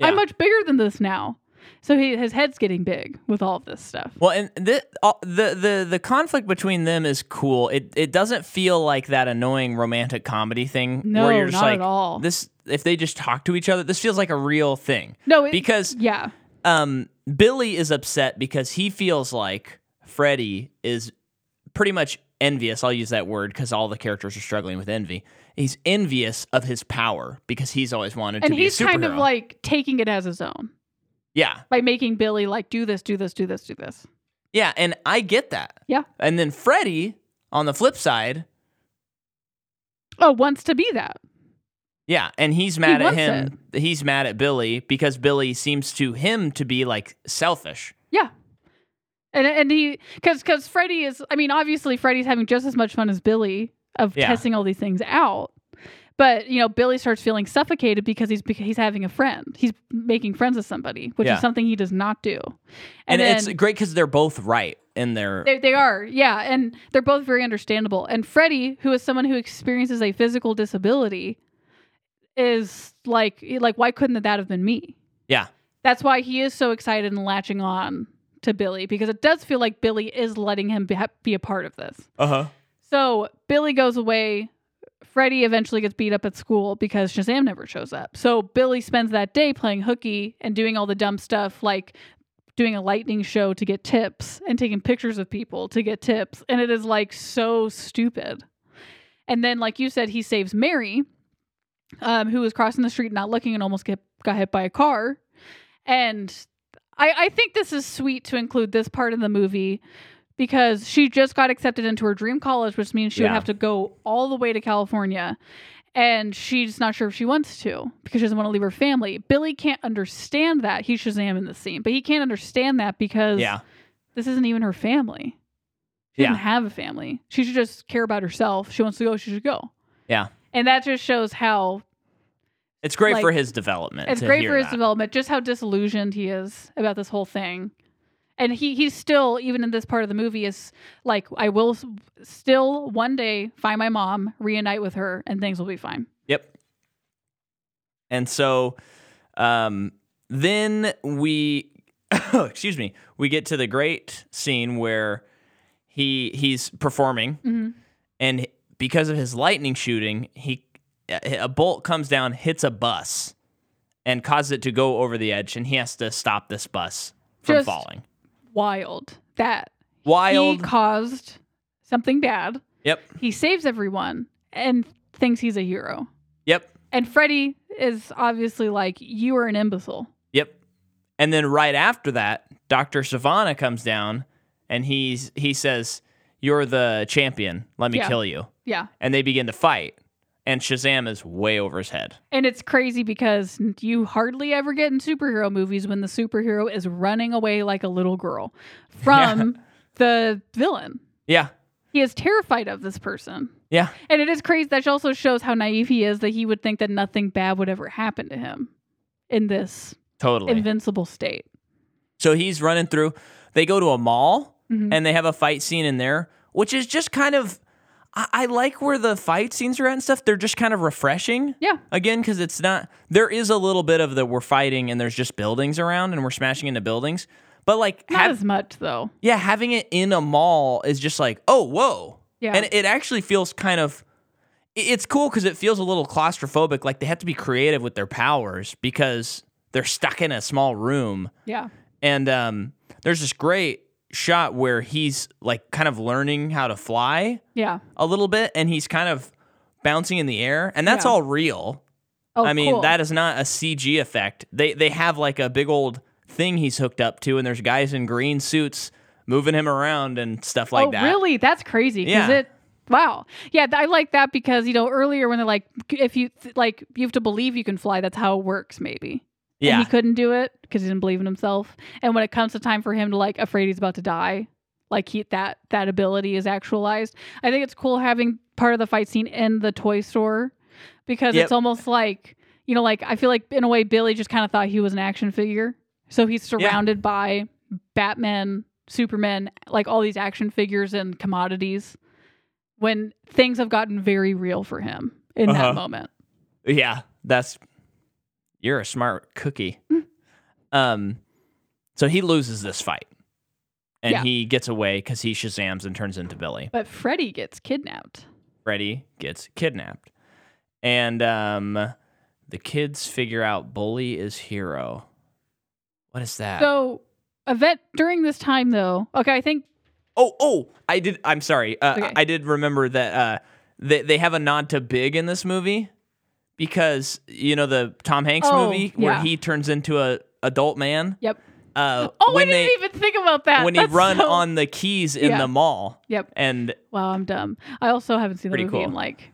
S1: Yeah.
S2: I'm much bigger than this now." So he, his head's getting big with all of this stuff.
S1: Well, and the, all, the the the conflict between them is cool. It it doesn't feel like that annoying romantic comedy thing
S2: No,
S1: where you're just
S2: not
S1: like
S2: at all.
S1: this. If they just talk to each other, this feels like a real thing
S2: no, it,
S1: because
S2: yeah,
S1: um, Billy is upset because he feels like Freddy is pretty much envious. I'll use that word because all the characters are struggling with envy. He's envious of his power because he's always wanted
S2: and
S1: to be
S2: he's
S1: a superhero.
S2: kind of like taking it as his own
S1: yeah,
S2: by making Billy like do this, do this, do this, do this.
S1: yeah, and I get that.
S2: Yeah.
S1: and then Freddy on the flip side.
S2: Oh, wants to be that.
S1: Yeah, and he's mad at
S2: wants
S1: him. He's mad at Billy because Billy seems to him to be like selfish.
S2: Yeah. And and he because because Freddy is I mean obviously Freddy's having just as much fun as Billy of
S1: Yeah.
S2: testing all these things out, but you know Billy starts feeling suffocated because he's he's having a friend he's making friends with somebody which
S1: Yeah.
S2: is something he does not do,
S1: And,
S2: and, then
S1: it's great because they're both right in their
S2: they, they are yeah and they're both very understandable and Freddy who is someone who experiences a physical disability is like like why couldn't that have been me
S1: yeah
S2: that's why he is so excited and latching on to Billy because it does feel like Billy is letting him be, ha- be a part of this.
S1: uh huh
S2: So Billy goes away. Freddy eventually gets beat up at school because Shazam never shows up. So Billy spends that day playing hooky and doing all the dumb stuff like doing a lightning show to get tips and taking pictures of people to get tips. And it is like so stupid. And then, like you said, he saves Mary, um, who was crossing the street not looking and almost get, got hit by a car. And I, I think this is sweet to include this part of the movie because she just got accepted into her dream college, which means she would
S1: Yeah.
S2: have to go all the way to California. And she's not sure if she wants to because she doesn't want to leave her family. Billy can't understand that. He's Shazam in the scene, but he can't understand that because
S1: yeah
S2: this isn't even her family. She
S1: Yeah.
S2: doesn't have a family. She should just care about herself. She wants to go, she should go.
S1: Yeah.
S2: And that just shows how
S1: it's great
S2: like,
S1: for his development.
S2: it's
S1: to
S2: great
S1: hear
S2: for his
S1: that.
S2: development, just how disillusioned he is about this whole thing. And he he's still even in this part of the movie is like I will s- still one day find my mom, reunite with her and things will be fine.
S1: Yep. And so, um, then we, excuse me, we get to the great scene where he he's performing
S2: Mhm.
S1: and because of his lightning shooting, he a bolt comes down, hits a bus, and causes it to go over the edge, and he has to stop this bus from
S2: Just
S1: falling.
S2: Wild that
S1: Wild.
S2: he caused something bad.
S1: yep.
S2: He saves everyone and thinks he's a hero.
S1: Yep.
S2: And Freddy is obviously like, you are an imbecile.
S1: Yep. And then right after that, Dr. Savannah comes down and he's he says, "You're the champion. Let me
S2: Yeah.
S1: kill you."
S2: Yeah.
S1: And they begin to fight. And Shazam is way over his head.
S2: And it's crazy because you hardly ever get in superhero movies when the superhero is running away like a little girl from the villain.
S1: Yeah.
S2: He is terrified of this person.
S1: Yeah.
S2: And it is crazy. That also shows how naive he is that he would think that nothing bad would ever happen to him in this
S1: Totally.
S2: invincible state.
S1: so he's running through. They go to a mall
S2: Mhm.
S1: and they have a fight scene in there, which is just kind of I, I like where the fight scenes are at and stuff. They're just kind of refreshing.
S2: Yeah.
S1: again because it's not there is a little bit of the we're fighting and there's just buildings around and we're smashing into buildings but like
S2: Not
S1: have-
S2: as much, though.
S1: yeah having it in a mall is just like oh whoa
S2: Yeah.
S1: and it actually feels kind of i- it's cool because it feels a little claustrophobic like they have to be creative with their powers because they're stuck in a small room
S2: Yeah.
S1: and um, there's this great shot where he's like kind of learning how to fly
S2: Yeah.
S1: a little bit and he's kind of bouncing in the air and that's
S2: Yeah.
S1: all real
S2: Oh,
S1: I mean,
S2: cool.
S1: that is not a CG effect. They they have like a big old thing he's hooked up to, and there's guys in green suits moving him around and stuff like
S2: oh,
S1: that.
S2: really? That's crazy. Because
S1: Yeah.
S2: it, wow. Yeah, th- I like that because you know earlier when they're like, if you like, you have to believe you can fly. That's how it works, maybe. and
S1: Yeah.
S2: he couldn't do it because he didn't believe in himself. And when it comes to time for him to like afraid he's about to die, like he that that ability is actualized. I think it's cool having part of the fight scene in the toy store because
S1: Yep.
S2: it's almost like you know, like I feel like in a way Billy just kind of thought he was an action figure, so he's surrounded by Batman, Superman, like all these action figures and commodities. When things have gotten very real for him in
S1: Uh-huh.
S2: that moment,
S1: Yeah, that's you're a smart cookie.
S2: Hmm.
S1: um, so he loses this fight, and
S2: Yeah.
S1: he gets away because he Shazams and turns into Billy.
S2: but Freddy gets kidnapped.
S1: Freddy gets kidnapped, and um, the kids figure out Bully is hero. What is that?
S2: So, event during this time though. Okay, I think
S1: oh, oh, I did. I'm sorry. Uh,
S2: Okay.
S1: I did remember that uh, they they have a nod to Big in this movie because you know the Tom Hanks
S2: Oh,
S1: movie where
S2: yeah.
S1: he turns into a adult man.
S2: Yep.
S1: Uh,
S2: Oh,
S1: when
S2: I didn't
S1: they
S2: even think about that.
S1: when he
S2: That's
S1: run
S2: so-
S1: on the keys in
S2: Yeah.
S1: the mall,
S2: Yep.
S1: and
S2: Wow, I'm dumb. I also haven't seen the
S1: Pretty
S2: movie in
S1: cool.
S2: like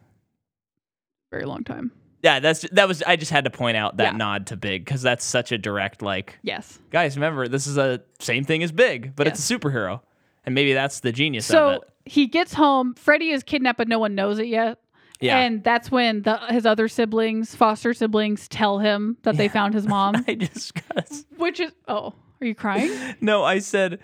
S2: very long time.
S1: yeah, that's that was. I just had to point out that
S2: Yeah.
S1: nod to Big because that's such a direct like,
S2: Yes.
S1: guys, remember this is a same thing as Big, but it's a superhero, and maybe that's the genius of
S2: So
S1: it.
S2: he gets home. Freddy is kidnapped, but no one knows it yet.
S1: Yeah,
S2: And that's when the, his other siblings, foster siblings, tell him that they found his mom,
S1: I just got
S2: which is oh, are you crying?
S1: no. I said,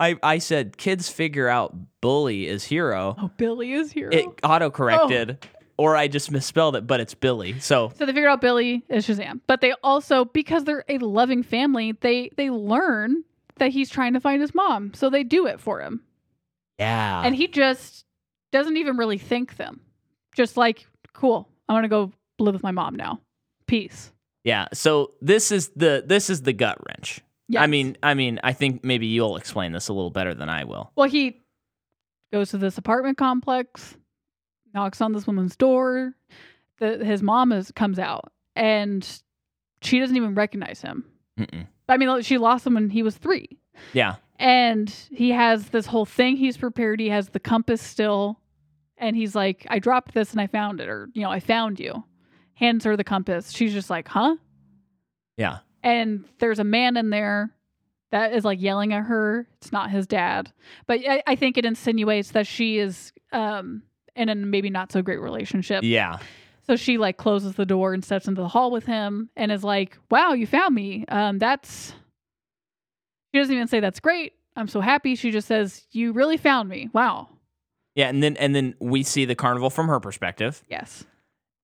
S1: I I said kids figure out bully is hero.
S2: Oh, Billy is here.
S1: It auto corrected, or I just misspelled it, but it's Billy. So
S2: So they figured out Billy is Shazam, but they also because they're a loving family, they they learn that he's trying to find his mom, so they do it for him,
S1: yeah,
S2: and he just doesn't even really think them, just like cool, I'm gonna go live with my mom now, peace.
S1: Yeah. So this is the this is the gut wrench.
S2: Yes.
S1: I mean, I mean, I think maybe you'll explain this a little better than I will.
S2: well, he goes to this apartment complex, knocks on this woman's door, the, his mom is comes out, and she doesn't even recognize him.
S1: Mm-mm.
S2: I mean, she lost him when he was three.
S1: Yeah.
S2: and he has this whole thing he's prepared he has the compass still and he's like i dropped this and i found it or you know i found you hands her the compass she's just like huh
S1: Yeah.
S2: and there's a man in there that is like yelling at her it's not his dad but i, I think it insinuates that she is um in a maybe not so great relationship
S1: Yeah.
S2: so she like closes the door and steps into the hall with him and is like, "Wow, you found me. Um, that's." She doesn't even say that's great. I'm so happy. She just says, "You really found me. Wow."
S1: Yeah. And then and then we see the carnival from her perspective,
S2: Yes.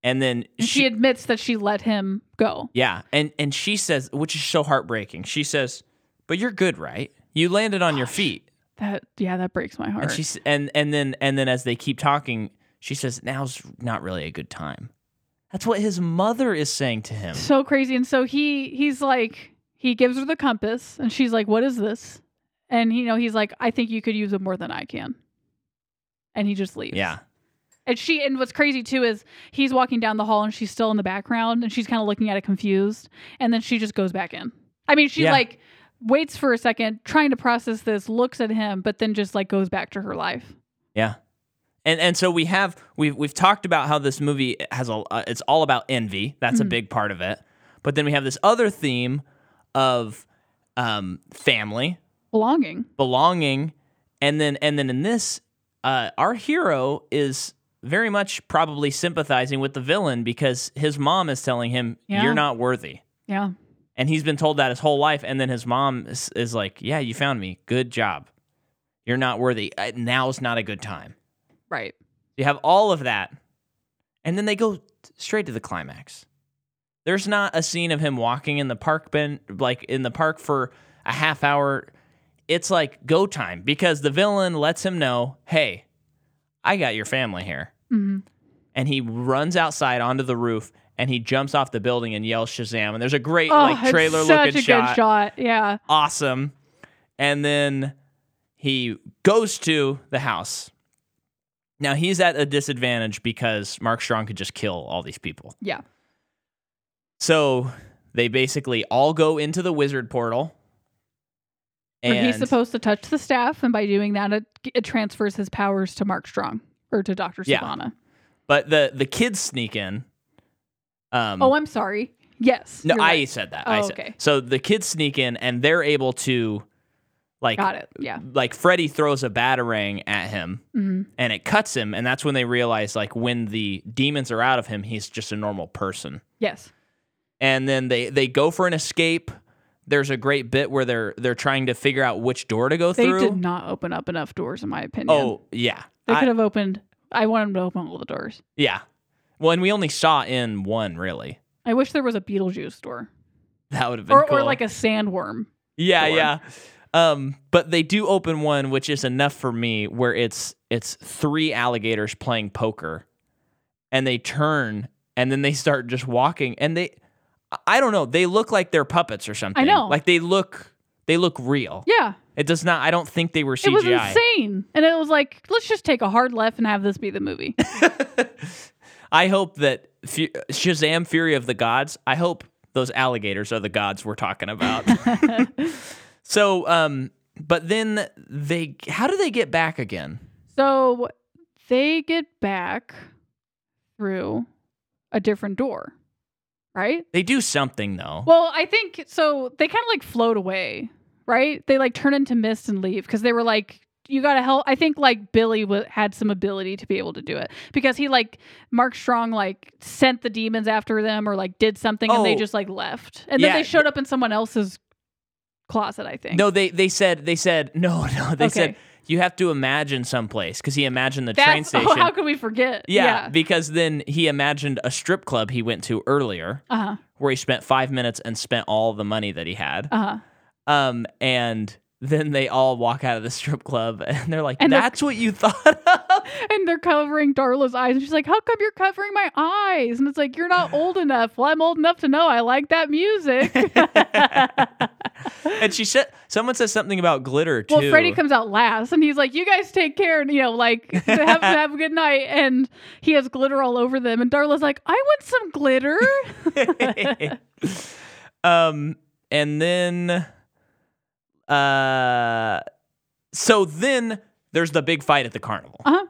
S1: and then
S2: And she admits that she let him go.
S1: yeah, and and she says, which is so heartbreaking. She says, "But you're good, right? You landed on your feet."
S2: That yeah, that breaks my heart.
S1: And she's and and then and then as they keep talking, she says, "Now's not really a good time." That's what his mother is saying to him.
S2: so crazy. And so he he's like he gives her the compass, and she's like, "What is this?" And you know he's like, "I think you could use it more than I can." And he just leaves.
S1: Yeah.
S2: And she and what's crazy too is he's walking down the hall and she's still in the background and she's kind of looking at it confused and then she just goes back in. I mean, she
S1: Yeah.
S2: like waits for a second trying to process this, looks at him, but then just like goes back to her life.
S1: Yeah. And and so we have we've we've talked about how this movie has a uh, it's all about envy. That's a
S2: Mhm.
S1: big part of it. But then we have this other theme of um family,
S2: Belonging.
S1: belonging, and then and then in this uh our hero is very much probably sympathizing with the villain because his mom is telling him
S2: Yeah.
S1: you're not worthy.
S2: Yeah.
S1: And he's been told that his whole life and then his mom is, is like, "Yeah, you found me. Good job. You're not worthy. Uh, Now's not a good time."
S2: Right.
S1: You have all of that. And then they go straight to the climax. There's not a scene of him walking in the park ben like in the park for a half hour. It's like go time because the villain lets him know, "Hey, I got your family here."
S2: hmm
S1: And he runs outside onto the roof and he jumps off the building and yells Shazam. And there's a great
S2: Oh,
S1: like trailer
S2: it's such a
S1: looking
S2: good
S1: shot.
S2: shot. Yeah.
S1: Awesome. And then he goes to the house. Now he's at a disadvantage because Mark Strong could just kill all these people.
S2: Yeah.
S1: So they basically all go into the wizard portal.
S2: Where
S1: And
S2: he's supposed to touch the staff, and by doing that, it, it transfers his powers to Mark Strong or to Doctor
S1: Yeah.
S2: Savannah.
S1: but the the kids sneak in. Um
S2: Oh, I'm sorry. Yes.
S1: No,
S2: you're
S1: I
S2: right.
S1: said that.
S2: Oh,
S1: I said.
S2: okay.
S1: So the kids sneak in and they're able to, like,
S2: got it. Yeah.
S1: like Freddy throws a batarang at him
S2: Mhm.
S1: and it cuts him, and that's when they realize like when the demons are out of him, he's just a normal person.
S2: Yes.
S1: And then they they go for an escape. There's a great bit where they're they're trying to figure out which door to go
S2: They
S1: through.
S2: did not open up enough doors, in my opinion.
S1: oh yeah,
S2: they
S1: I-
S2: could have opened. I want them to open all the doors.
S1: yeah. Well, and we only saw in one really.
S2: I wish there was a Beetlejuice door,
S1: That would have been
S2: or
S1: cool.
S2: or like a sandworm.
S1: Yeah,
S2: door.
S1: yeah. Um, but they do open one, which is enough for me, where it's it's three alligators playing poker, and they turn and then they start just walking, and they, I- I don't know, they look like they're puppets or something.
S2: know.
S1: like they look they look real.
S2: Yeah,
S1: It does not. I don't think they were CGI.
S2: it was insane, and it was like, let's just take a hard left and have this be the movie.
S1: I hope that Fu- Shazam: Fury of the Gods. I hope those alligators are the gods we're talking about. so, um, but then they, how do they get back again?
S2: so they get back through a different door, right?
S1: They do something though.
S2: Well, I think so. They kind of like float away, right? They like turn into mist and leave because they were like, you got to help. I think like Billy w- had some ability to be able to do it because he like, Mark Strong like sent the demons after them or like did something and they
S1: Oh.
S2: just like left. And
S1: Yeah,
S2: then they showed up in someone else's closet, I think.
S1: no, they they said they said no no they said
S2: Okay.
S1: you have to imagine someplace because he imagined the
S2: That's,
S1: train station.
S2: Oh, how could we forget?
S1: yeah, because then he imagined a strip club he went to earlier
S2: Uh huh.
S1: where he spent five minutes and spent all the money that he had.
S2: Uh huh.
S1: Um, and then they all walk out of the strip club and they're like,
S2: And they're-
S1: that's what you thought of?
S2: And they're covering Darla's eyes. And she's like, How come you're covering my eyes? And it's like, You're not old enough. Well, I'm old enough to know I like that music.
S1: and she said, someone says something about glitter too.
S2: Well, Freddy comes out last, and he's like, "You guys take care, and you know, like have, have a good night." And he has glitter all over them, and Darla's like, "I want some glitter."
S1: um, and then, uh, so then there's the big fight at the carnival.
S2: Uh-huh.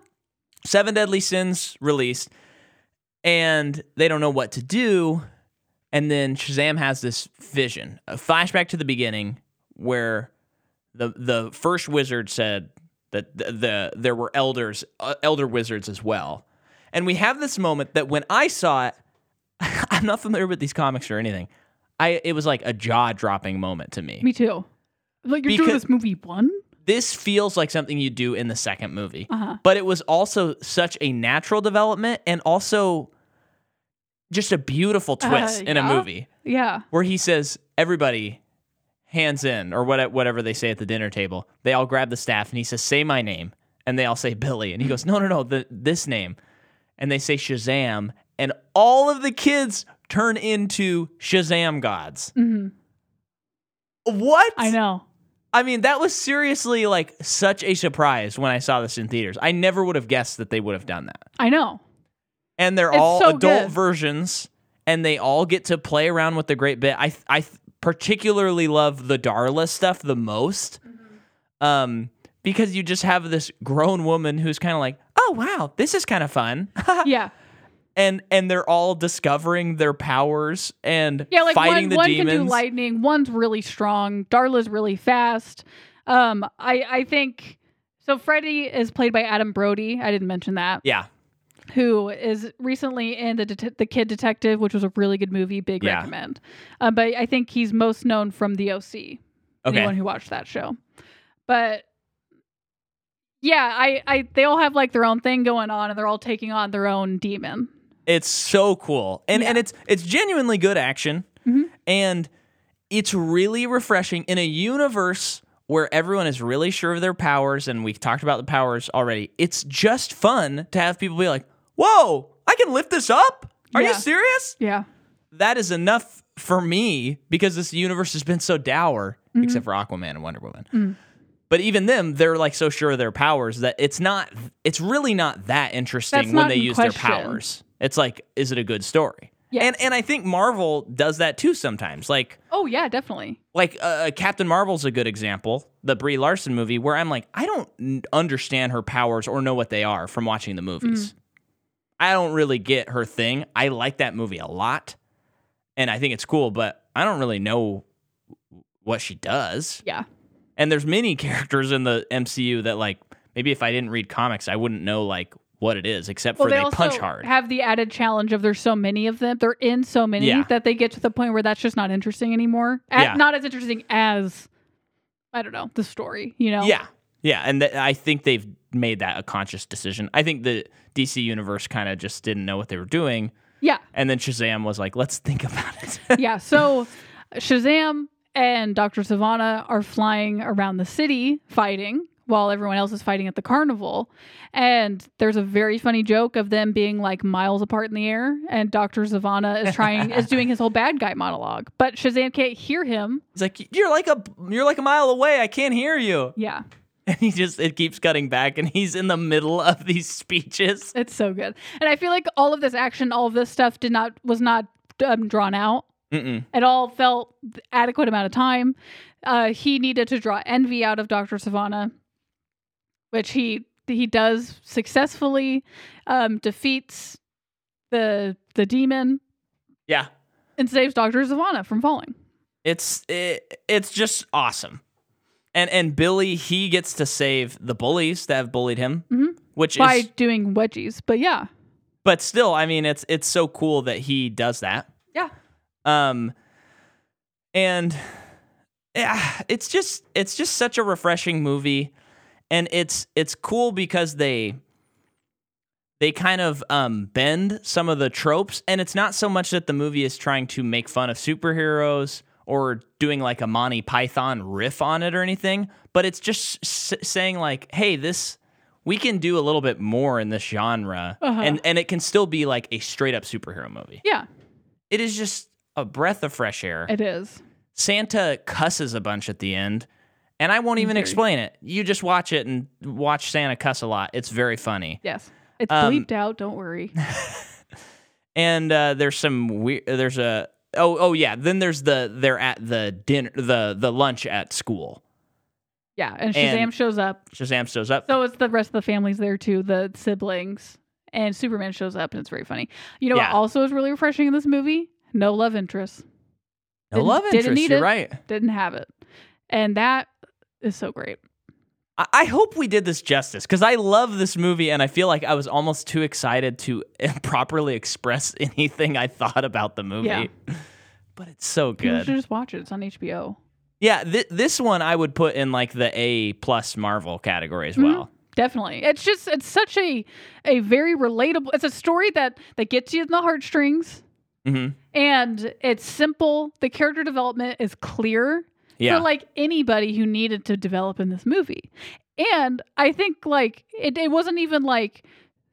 S1: Seven Deadly Sins released, and they don't know what to do. And then Shazam has this vision, a flashback to the beginning, where the the first wizard said that the, the there were elders, uh, elder wizards as well. And we have this moment that when I saw it, I'm not familiar with these comics or anything. I it was like a jaw dropping moment to me.
S2: Me too. Like you're doing
S1: Because-
S2: this movie one.
S1: This feels like something you do in the second movie,
S2: Uh huh.
S1: but it was also such a natural development and also just a beautiful
S2: Uh,
S1: twist in a
S2: yeah.
S1: movie
S2: Yeah.
S1: where he says everybody hands in or what, whatever they say at the dinner table. They all grab the staff and he says say my name and they all say Billy and he goes no no no the, this name and they say Shazam and all of the kids turn into Shazam gods.
S2: hmm
S1: What?
S2: I know.
S1: I mean, that was seriously like such a surprise when I saw this in theaters. I never would have guessed that they would have done that.
S2: I know.
S1: And they're
S2: It's
S1: all
S2: so
S1: adult
S2: good.
S1: versions, and they all get to play around with the great bit. I I particularly love the Darla stuff the most,
S2: Mm-hmm.
S1: um, because you just have this grown woman who's kind of like, oh wow, this is kind of fun,
S2: Yeah.
S1: and and they're all discovering their powers and
S2: Yeah. Like
S1: fighting
S2: one,
S1: the
S2: one
S1: demons.
S2: can do lightning. One's really strong. Darla's really fast. Um, I I think. So Freddy is played by Adam Brody. I didn't mention that.
S1: yeah,
S2: who is recently in the Det- the Kid Detective, which was a really good movie. Big
S1: Yeah.
S2: recommend. Um, but I think he's most known from The OC.
S1: okay,
S2: Anyone who watched that show, but yeah, I, I they all have like their own thing going on, and they're all taking on their own demon.
S1: It's so cool. And and
S2: Yeah.
S1: it's it's genuinely good action.
S2: Mhm.
S1: And it's really refreshing in a universe where everyone is really sure of their powers and we've talked about the powers already. It's just fun to have people be like, "Whoa, I can lift this up? Are you
S2: Yeah.
S1: serious?"
S2: Yeah,
S1: That is enough for me because this universe has been so dour
S2: Mm-hmm.
S1: except for Aquaman and Wonder Woman.
S2: Mm.
S1: But even them, they're like so sure of their powers that it's not it's really not that interesting
S2: That's
S1: when
S2: not
S1: they
S2: in
S1: use
S2: question.
S1: their powers. It's like, is it a good story?
S2: Yes.
S1: And and I think Marvel does that too sometimes. Like
S2: Oh yeah, definitely.
S1: like uh, Captain Marvel's a good example, the Brie Larson movie, where I'm like, I don't n- understand her powers or know what they are from watching
S2: Mm.
S1: the movies. I don't really get her thing. I like that movie a lot, and I think it's cool, but I don't really know what she does.
S2: Yeah.
S1: And there's many characters in the MCU that like maybe if I didn't read comics, I wouldn't know like what it is, except for
S2: Well,
S1: they,
S2: they, also
S1: punch hard.
S2: have the added challenge of there's so many of them. They're in so many
S1: Yeah.
S2: that they get to the point where that's just not interesting anymore. A-
S1: Yeah.
S2: Not as interesting as I don't know the story. You know.
S1: Yeah, yeah, and th- I think they've made that a conscious decision. I think the DC universe kind of just didn't know what they were doing,
S2: Yeah.
S1: and then Shazam was like, "Let's think about it."
S2: yeah. So Shazam and Dr. Savannah are flying around the city fighting while everyone else is fighting at the carnival. And there's a very funny joke of them being like miles apart in the air and Dr. Savannah is trying is doing his whole bad guy monologue. But Shazam can't hear him.
S1: He's like, "You're like a you're like a mile away. I can't hear you."
S2: Yeah.
S1: And he just it keeps cutting back, and he's in the middle of these speeches.
S2: It's so good. And I feel like all of this action, all of this stuff did not was not um, drawn out.
S1: Mm-mm.
S2: It all felt the adequate amount of time. Uh, he needed to draw envy out of Doctor Savannah, which he he does successfully. Um, defeats the the demon
S1: Yeah,
S2: and saves Doctor Savannah from falling.
S1: it's it, it's just awesome. And and Billy he gets to save the bullies that have bullied him,
S2: Mhm.
S1: which
S2: by
S1: is
S2: doing wedgies. But yeah,
S1: but still, I mean, it's it's so cool that he does that.
S2: yeah,
S1: um and yeah it's just it's just such a refreshing movie and it's it's cool because they they kind of um bend some of the tropes and it's not so much that the movie is trying to make fun of superheroes or doing like a Monty Python riff on it or anything but it's just s- saying like hey this we can do a little bit more in this genre
S2: Uh-huh.
S1: and and it can still be like a straight up superhero movie
S2: yeah.
S1: it is just a breath of fresh air.
S2: It is.
S1: Santa cusses a bunch at the end, and I won't even
S2: Very.
S1: explain it. You just watch it and watch Santa cuss a lot. It's very funny.
S2: Yes, it's
S1: Um,
S2: bleeped out. Don't worry.
S1: And uh, there's some weird. There's a oh oh yeah. Then there's the they're at the dinner the the lunch at school.
S2: Yeah, and Shazam
S1: and-
S2: shows up
S1: Shazam shows up.
S2: So it's the rest of the families there too, the siblings, and Superman shows up, and it's very funny. You know
S1: Yeah.
S2: what also is really refreshing in this movie? No love interest.
S1: no
S2: didn't-
S1: love
S2: didn't
S1: interest.
S2: need
S1: You're
S2: it.
S1: right.
S2: Didn't have it, and that is so great.
S1: I- I hope we did this justice because I love this movie and I feel like I was almost too excited to properly express anything I thought about the movie.
S2: Yeah.
S1: But it's so
S2: People
S1: good.
S2: should just watch it. It's on HBO.
S1: Yeah, th- this one I would put in like the A plus Marvel category
S2: Mm-hmm.
S1: as well.
S2: Definitely, it's just it's such a a very relatable. It's a story that that gets you in the heartstrings,
S1: hmm
S2: and it's simple. The character development is clear.
S1: Yeah,
S2: for like anybody who needed to develop in this movie. And I think like it, it wasn't even like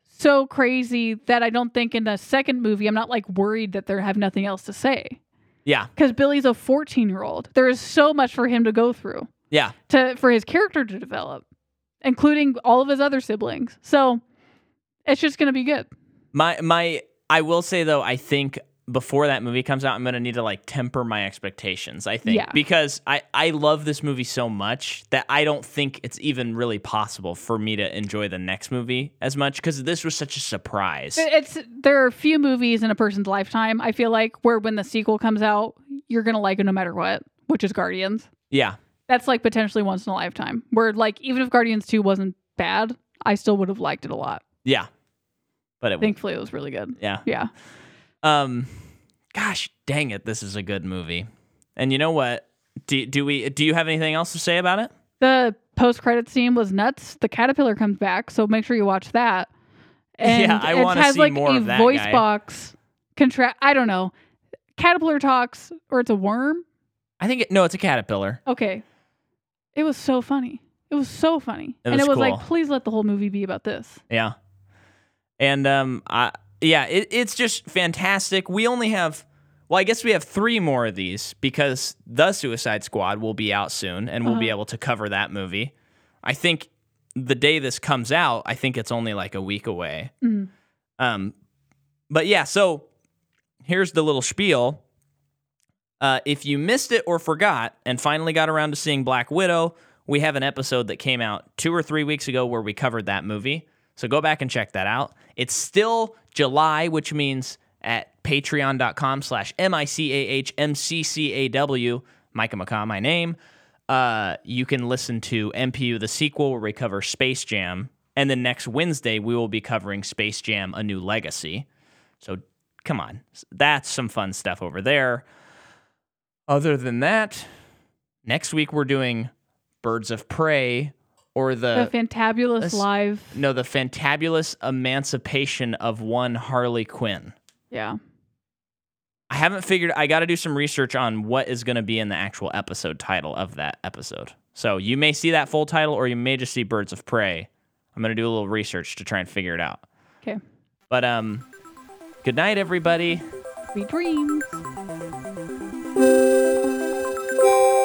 S2: so crazy that I don't think in the second movie I'm not like worried that they have nothing else to say
S1: yeah,
S2: because Billy's a 14 year old. There is so much for him to go through
S1: yeah.
S2: to for his character to develop, including all of his other siblings. So it's just gonna be good.
S1: My my, I will say though, I think before that movie comes out, I'm gonna need to like temper my expectations. I think
S2: Yeah.
S1: because I I love this movie so much that I don't think it's even really possible for me to enjoy the next movie as much because this was such a surprise.
S2: It's there are a few movies in a person's lifetime I feel like where when the sequel comes out you're gonna like it no matter what, which is Guardians.
S1: yeah,
S2: that's like potentially once in a lifetime. Where like even if Guardians 2 wasn't bad, I still would have liked it a lot.
S1: yeah. But it
S2: Thankfully it was really good.
S1: yeah.
S2: Yeah.
S1: Um, gosh, dang it, this is a good movie. And you know what? Do do we do you have anything else to say about it?
S2: The post credit scene was nuts. The caterpillar comes back, so make sure you watch that. And
S1: Yeah, I
S2: it
S1: wanna
S2: has
S1: see
S2: like
S1: more
S2: a
S1: of that
S2: voice
S1: guy.
S2: box contract I don't know. Caterpillar talks or it's a worm.
S1: I think it, no, it's a caterpillar.
S2: Okay. It was so funny. It was so funny.
S1: It
S2: and
S1: was
S2: it was like,
S1: cool.
S2: please let the whole movie be about this.
S1: Yeah, and um, I yeah, it, it's just fantastic. We only have well, I guess we have three more of these because the Suicide Squad will be out soon, and we'll be
S2: Uh-huh.
S1: able to cover that movie. I think the day this comes out, I think it's only like a week away.
S2: Mhm.
S1: Um, but yeah, so here's the little spiel. Uh, if you missed it or forgot and finally got around to seeing Black Widow, we have an episode that came out two or three weeks ago where we covered that movie. So go back and check that out. It's still July, which means at patreon.com slash M-I-C-A-H-M-C-C-A-W, Micah McCaw, my name. Uh, you can listen to MPU, the sequel, where we cover Space Jam. And then next Wednesday, we will be covering Space Jam, A New Legacy. So come on. That's some fun stuff over there. Other than that, next week we're doing Birds of Prey or
S2: the Fantabulous
S1: let's-
S2: Live.
S1: no, the fantabulous emancipation of one Harley Quinn.
S2: Yeah.
S1: I haven't figured. I got to do some research on what is going to be in the actual episode title of that episode. So you may see that full title, or you may just see Birds of Prey. I'm going to do a little research to try and figure it out.
S2: Okay.
S1: But um, good night, everybody.
S2: We dreams.
S3: Thank you.